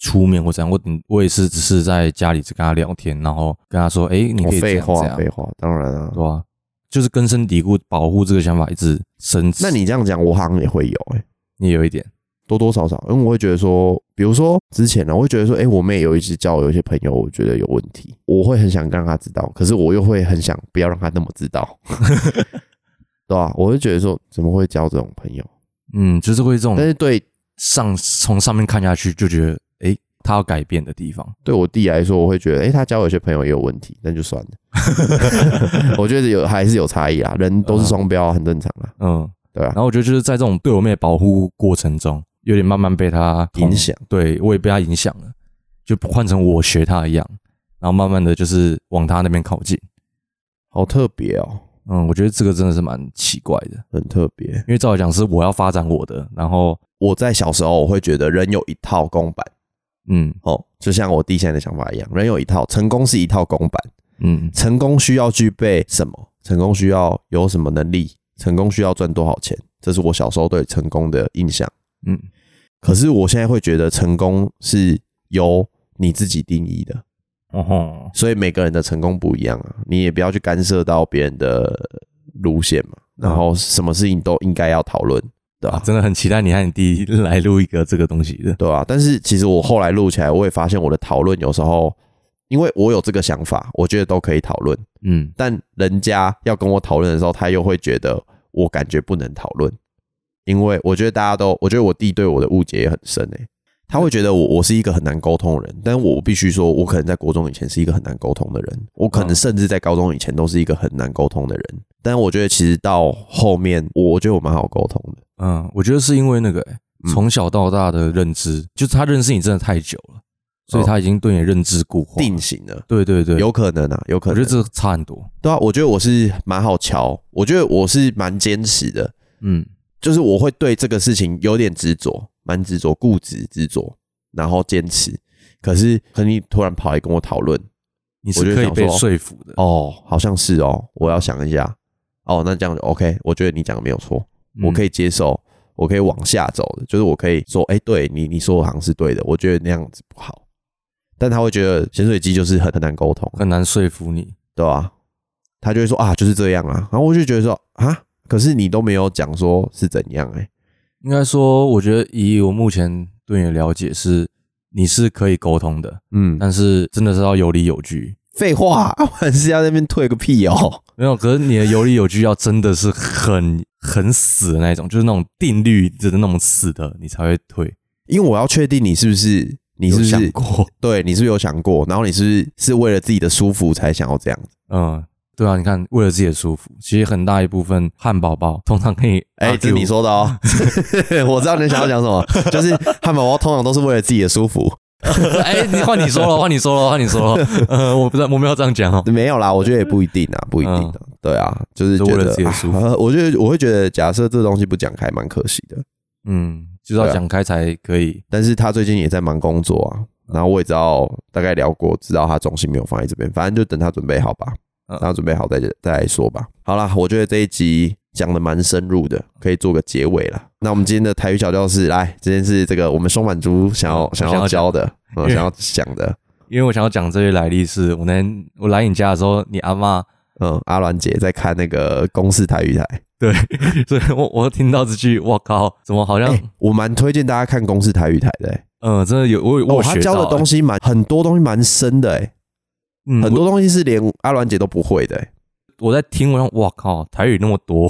B: 出面或怎样，我顶我也是只是在家里只跟他聊天，然后跟他说，哎、你
A: 我
B: 可以
A: 哦
B: 这
A: 废
B: 样这
A: 话，
B: 样，
A: 废话，当然啊
B: 对。吧、就是根深蒂固保护这个想法一直深植。
A: 那你这样讲，我好像也会有哎、
B: 你也有一点，
A: 多多少少，因为我会觉得说，比如说之前呢，我会觉得说，哎、我妹有一次交友一些朋友，我觉得有问题，我会很想让她知道，可是我又会很想不要让她那么知 道，对吧、我会觉得说，怎么会交这种朋友？
B: 嗯，就是会这种
A: 但是对
B: 上从上面看下去就觉得，哎、他要改变的地方，
A: 对我弟来说，我会觉得，诶，他交有些朋友也有问题，那就算 了。我觉得有还是有差异啊，人都是双标、啊，很正常啊，
B: 嗯，
A: 对吧、
B: 然后我觉得就是在这种对我妹的保护过程中，有点慢慢被她同
A: 影响，
B: 对我也被她影响了，就换成我学她一样，然后慢慢的就是往她那边靠近。
A: 好特别哦，
B: 嗯，我觉得这个真的是蛮奇怪的，
A: 很特别。
B: 因为照理讲是我要发展我的，然后
A: 我在小时候，我会觉得人有一套公版
B: 嗯
A: 哦，就像我弟现在的想法一样，人有一套，成功是一套公版，
B: 嗯
A: 成功需要具备什么？成功需要有什么能力？成功需要赚多少钱？这是我小时候对成功的印象。
B: 嗯，
A: 可是我现在会觉得成功是由你自己定义的。
B: 哦吼，
A: 所以每个人的成功不一样啊，你也不要去干涉到别人的路线嘛。然后什么事情都应该要讨论，对吧、
B: 啊，真的很期待你和你弟来录一个这个东西的，
A: 对啊。但是其实我后来录起来，我也发现我的讨论有时候，因为我有这个想法，我觉得都可以讨论，
B: 嗯
A: 但人家要跟我讨论的时候，他又会觉得我感觉不能讨论，因为我觉得大家都，我觉得我弟对我的误解也很深诶、他会觉得我我是一个很难沟通的人，但我必须说，我可能在国中以前是一个很难沟通的人，我可能
B: 嗯
A: 甚至在高中以前都是一个很难沟通的人。但我觉得其实到后面，我我觉得我蛮好沟通的。
B: 嗯，我觉得是因为那个、欸
A: 嗯
B: 从小到大的认知，就是他认识你真的太久了，所以
A: 哦
B: 他已经对你的认知固化了，
A: 定型了，
B: 对对对，
A: 有可能啊，有可
B: 我觉
A: 能
B: 得。这个差很多。
A: 对啊，我觉得我是蛮好瞧，我觉得我是蛮坚持的，
B: 嗯，
A: 就是我会对这个事情有点执着，蛮执着、固执、执着，然后坚持。可是，可你突然跑来跟我讨论，
B: 你
A: 我
B: 是
A: 就
B: 可以
A: 想
B: 被
A: 说
B: 说服的。
A: 哦，好像是哦，我要想一下。哦，那这样就 OK，我觉得你讲的没有错，
B: 嗯
A: 哦我可以接受，我可以往下走的，就是我可以说，哎、对你你说的好像是对的，我觉得那样子不好。但他会觉得潜水机就是很很难沟通，
B: 很难说服你。
A: 对吧、他就会说啊，就是这样啊。然后我就觉得说啊，可是你都没有讲说是怎样哎、
B: 应该说，我觉得以我目前对你的了解是，你是可以沟通的，
A: 嗯，
B: 但是真的是要有理有据。
A: 废话，啊不然是要在那边退个屁哦。
B: 没有，可是你的有理有据要真的是很很死的那一种，就是那种定律的那种死的，你才会退。
A: 因为我要确定你是不是你
B: 你
A: 是不
B: 想
A: 是
B: 过？
A: 对你是不是有想过，然后你是不是是为了自己的舒服才想要这样子？
B: 嗯，对啊，你看，为了自己的舒服，其实很大一部分汉堡包通常可以，
A: 哎、这是你，说的 哦，我知道你想要讲什么，就是汉堡包通常都是为了自己的舒服，
B: 哎，你换你说了，换你说了，换你说了， 呃，我不知道，我没有这样讲哦，
A: 没有啦，我觉得也不一定啊，不一定的、对啊，就是
B: 就
A: 觉
B: 嗯为了
A: 得
B: 自己的舒服
A: 啊 我觉得我会觉得，假设这东西不讲开，蛮可惜的。
B: 嗯，就是
A: 啊
B: 要讲开才可以，
A: 但是他最近也在忙工作啊，
B: 嗯
A: 然后我也知道大概聊过，知道他重心没有放在这边，反正就等他准备好吧，
B: 嗯
A: 等他准备好再再来说吧。好啦，我觉得这一集讲的蛮深入
B: 嗯
A: 的，可以做个结尾了。那我们今天的台语小教室，来，今天是这个我们松满族想要
B: 嗯
A: 想
B: 想
A: 要
B: 要
A: 教 的，
B: 因
A: 嗯，
B: 为
A: 想要讲的，
B: 因为我想要讲这些来历是，我能我来你家的时候，你阿妈
A: 嗯，阿鸾姐在看那个公视台语台，
B: 对， 所以我我听到这句，我靠，怎么好像，
A: 哎我蛮推荐大家看公视台语台的、欸，
B: 嗯，真的有我有我有
A: 哦，他
B: 学
A: 教
B: 到
A: 的东
B: 西，
A: 西蛮很多东西蛮深的、欸，
B: 嗯，
A: 很多东西是连阿鸾姐都不会的、欸。
B: 我我在听，我想，哇靠，台语那么多，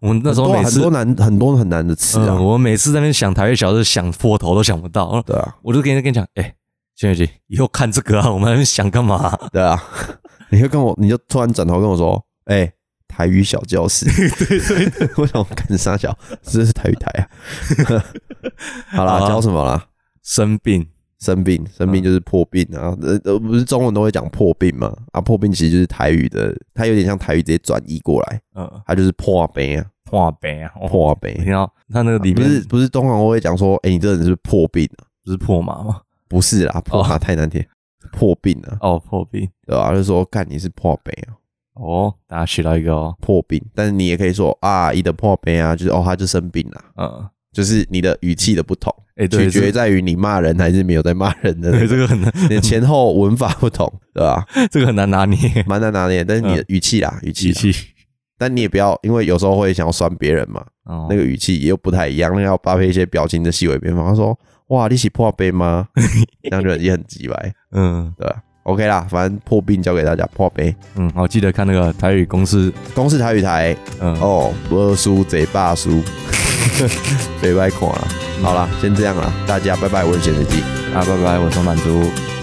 B: 我们那时候
A: 很多
B: 每
A: 很
B: 次
A: 多，难很多很难的词啊
B: 嗯，，我每次在那边想台语小事，想破头都想不到，
A: 对啊，
B: 我就跟人跟你讲，哎、轩雪姐，以后看这个啊，我们还没想干嘛、
A: 对啊， 你就跟我，你就突然转头跟我说，哎、台语小教 室， 我想干啥小，这是台语台啊。 好啦，
B: 好啊
A: 教什么啦？
B: 生病，
A: 生病，生病就是破病啊，呃、呃，不是中文都会讲破病嘛？啊，破病其实就是台语的，它有点像台语直接转译过来，
B: 嗯，
A: 它就是破病啊，
B: 破病啊，哦
A: 破
B: 我
A: 病。
B: 听到他那个里
A: 不
B: 面
A: 是不是，通常我会讲说，哎、你这人是不是破病啊？
B: 不是破麻吗？
A: 不是啦，破啊、太难听，破病啊，
B: 哦，破病，
A: 对吧、就说干你是破病啊。
B: 哦，大家学到一个哦，
A: 破病，但是你也可以说啊，一的破病啊，就是哦，他就生病了、
B: 嗯，
A: 就是你的语气的不同，
B: 哎、对，
A: 取
B: 这
A: 决在于你骂人还是没有在骂人的那个，
B: 对，这个很 难，
A: 你的前后文法不同，对吧、
B: 这个很难拿 捏，
A: 蛮难拿捏，但是
B: 嗯
A: 你的语气啦，语气
B: 机
A: 啦，
B: 器，
A: 但你也不要，因为有时候会想要酸别人嘛，
B: 哦，
A: 那个语气也又不太一样，那要搭配一些表情的细微变化。他说：“哇，你是破病吗？”这样就也很急白，
B: 嗯
A: 对吧？OK 啦，反正破病交给大家，破病。
B: 嗯，好，记得看那个台语公式，
A: 公视台语台
B: 嗯，
A: 哦，不输贼霸输， 别白看了。好啦，先这样啦，大家拜拜，我是咸水鸡。
B: 啊，拜拜，我是满足。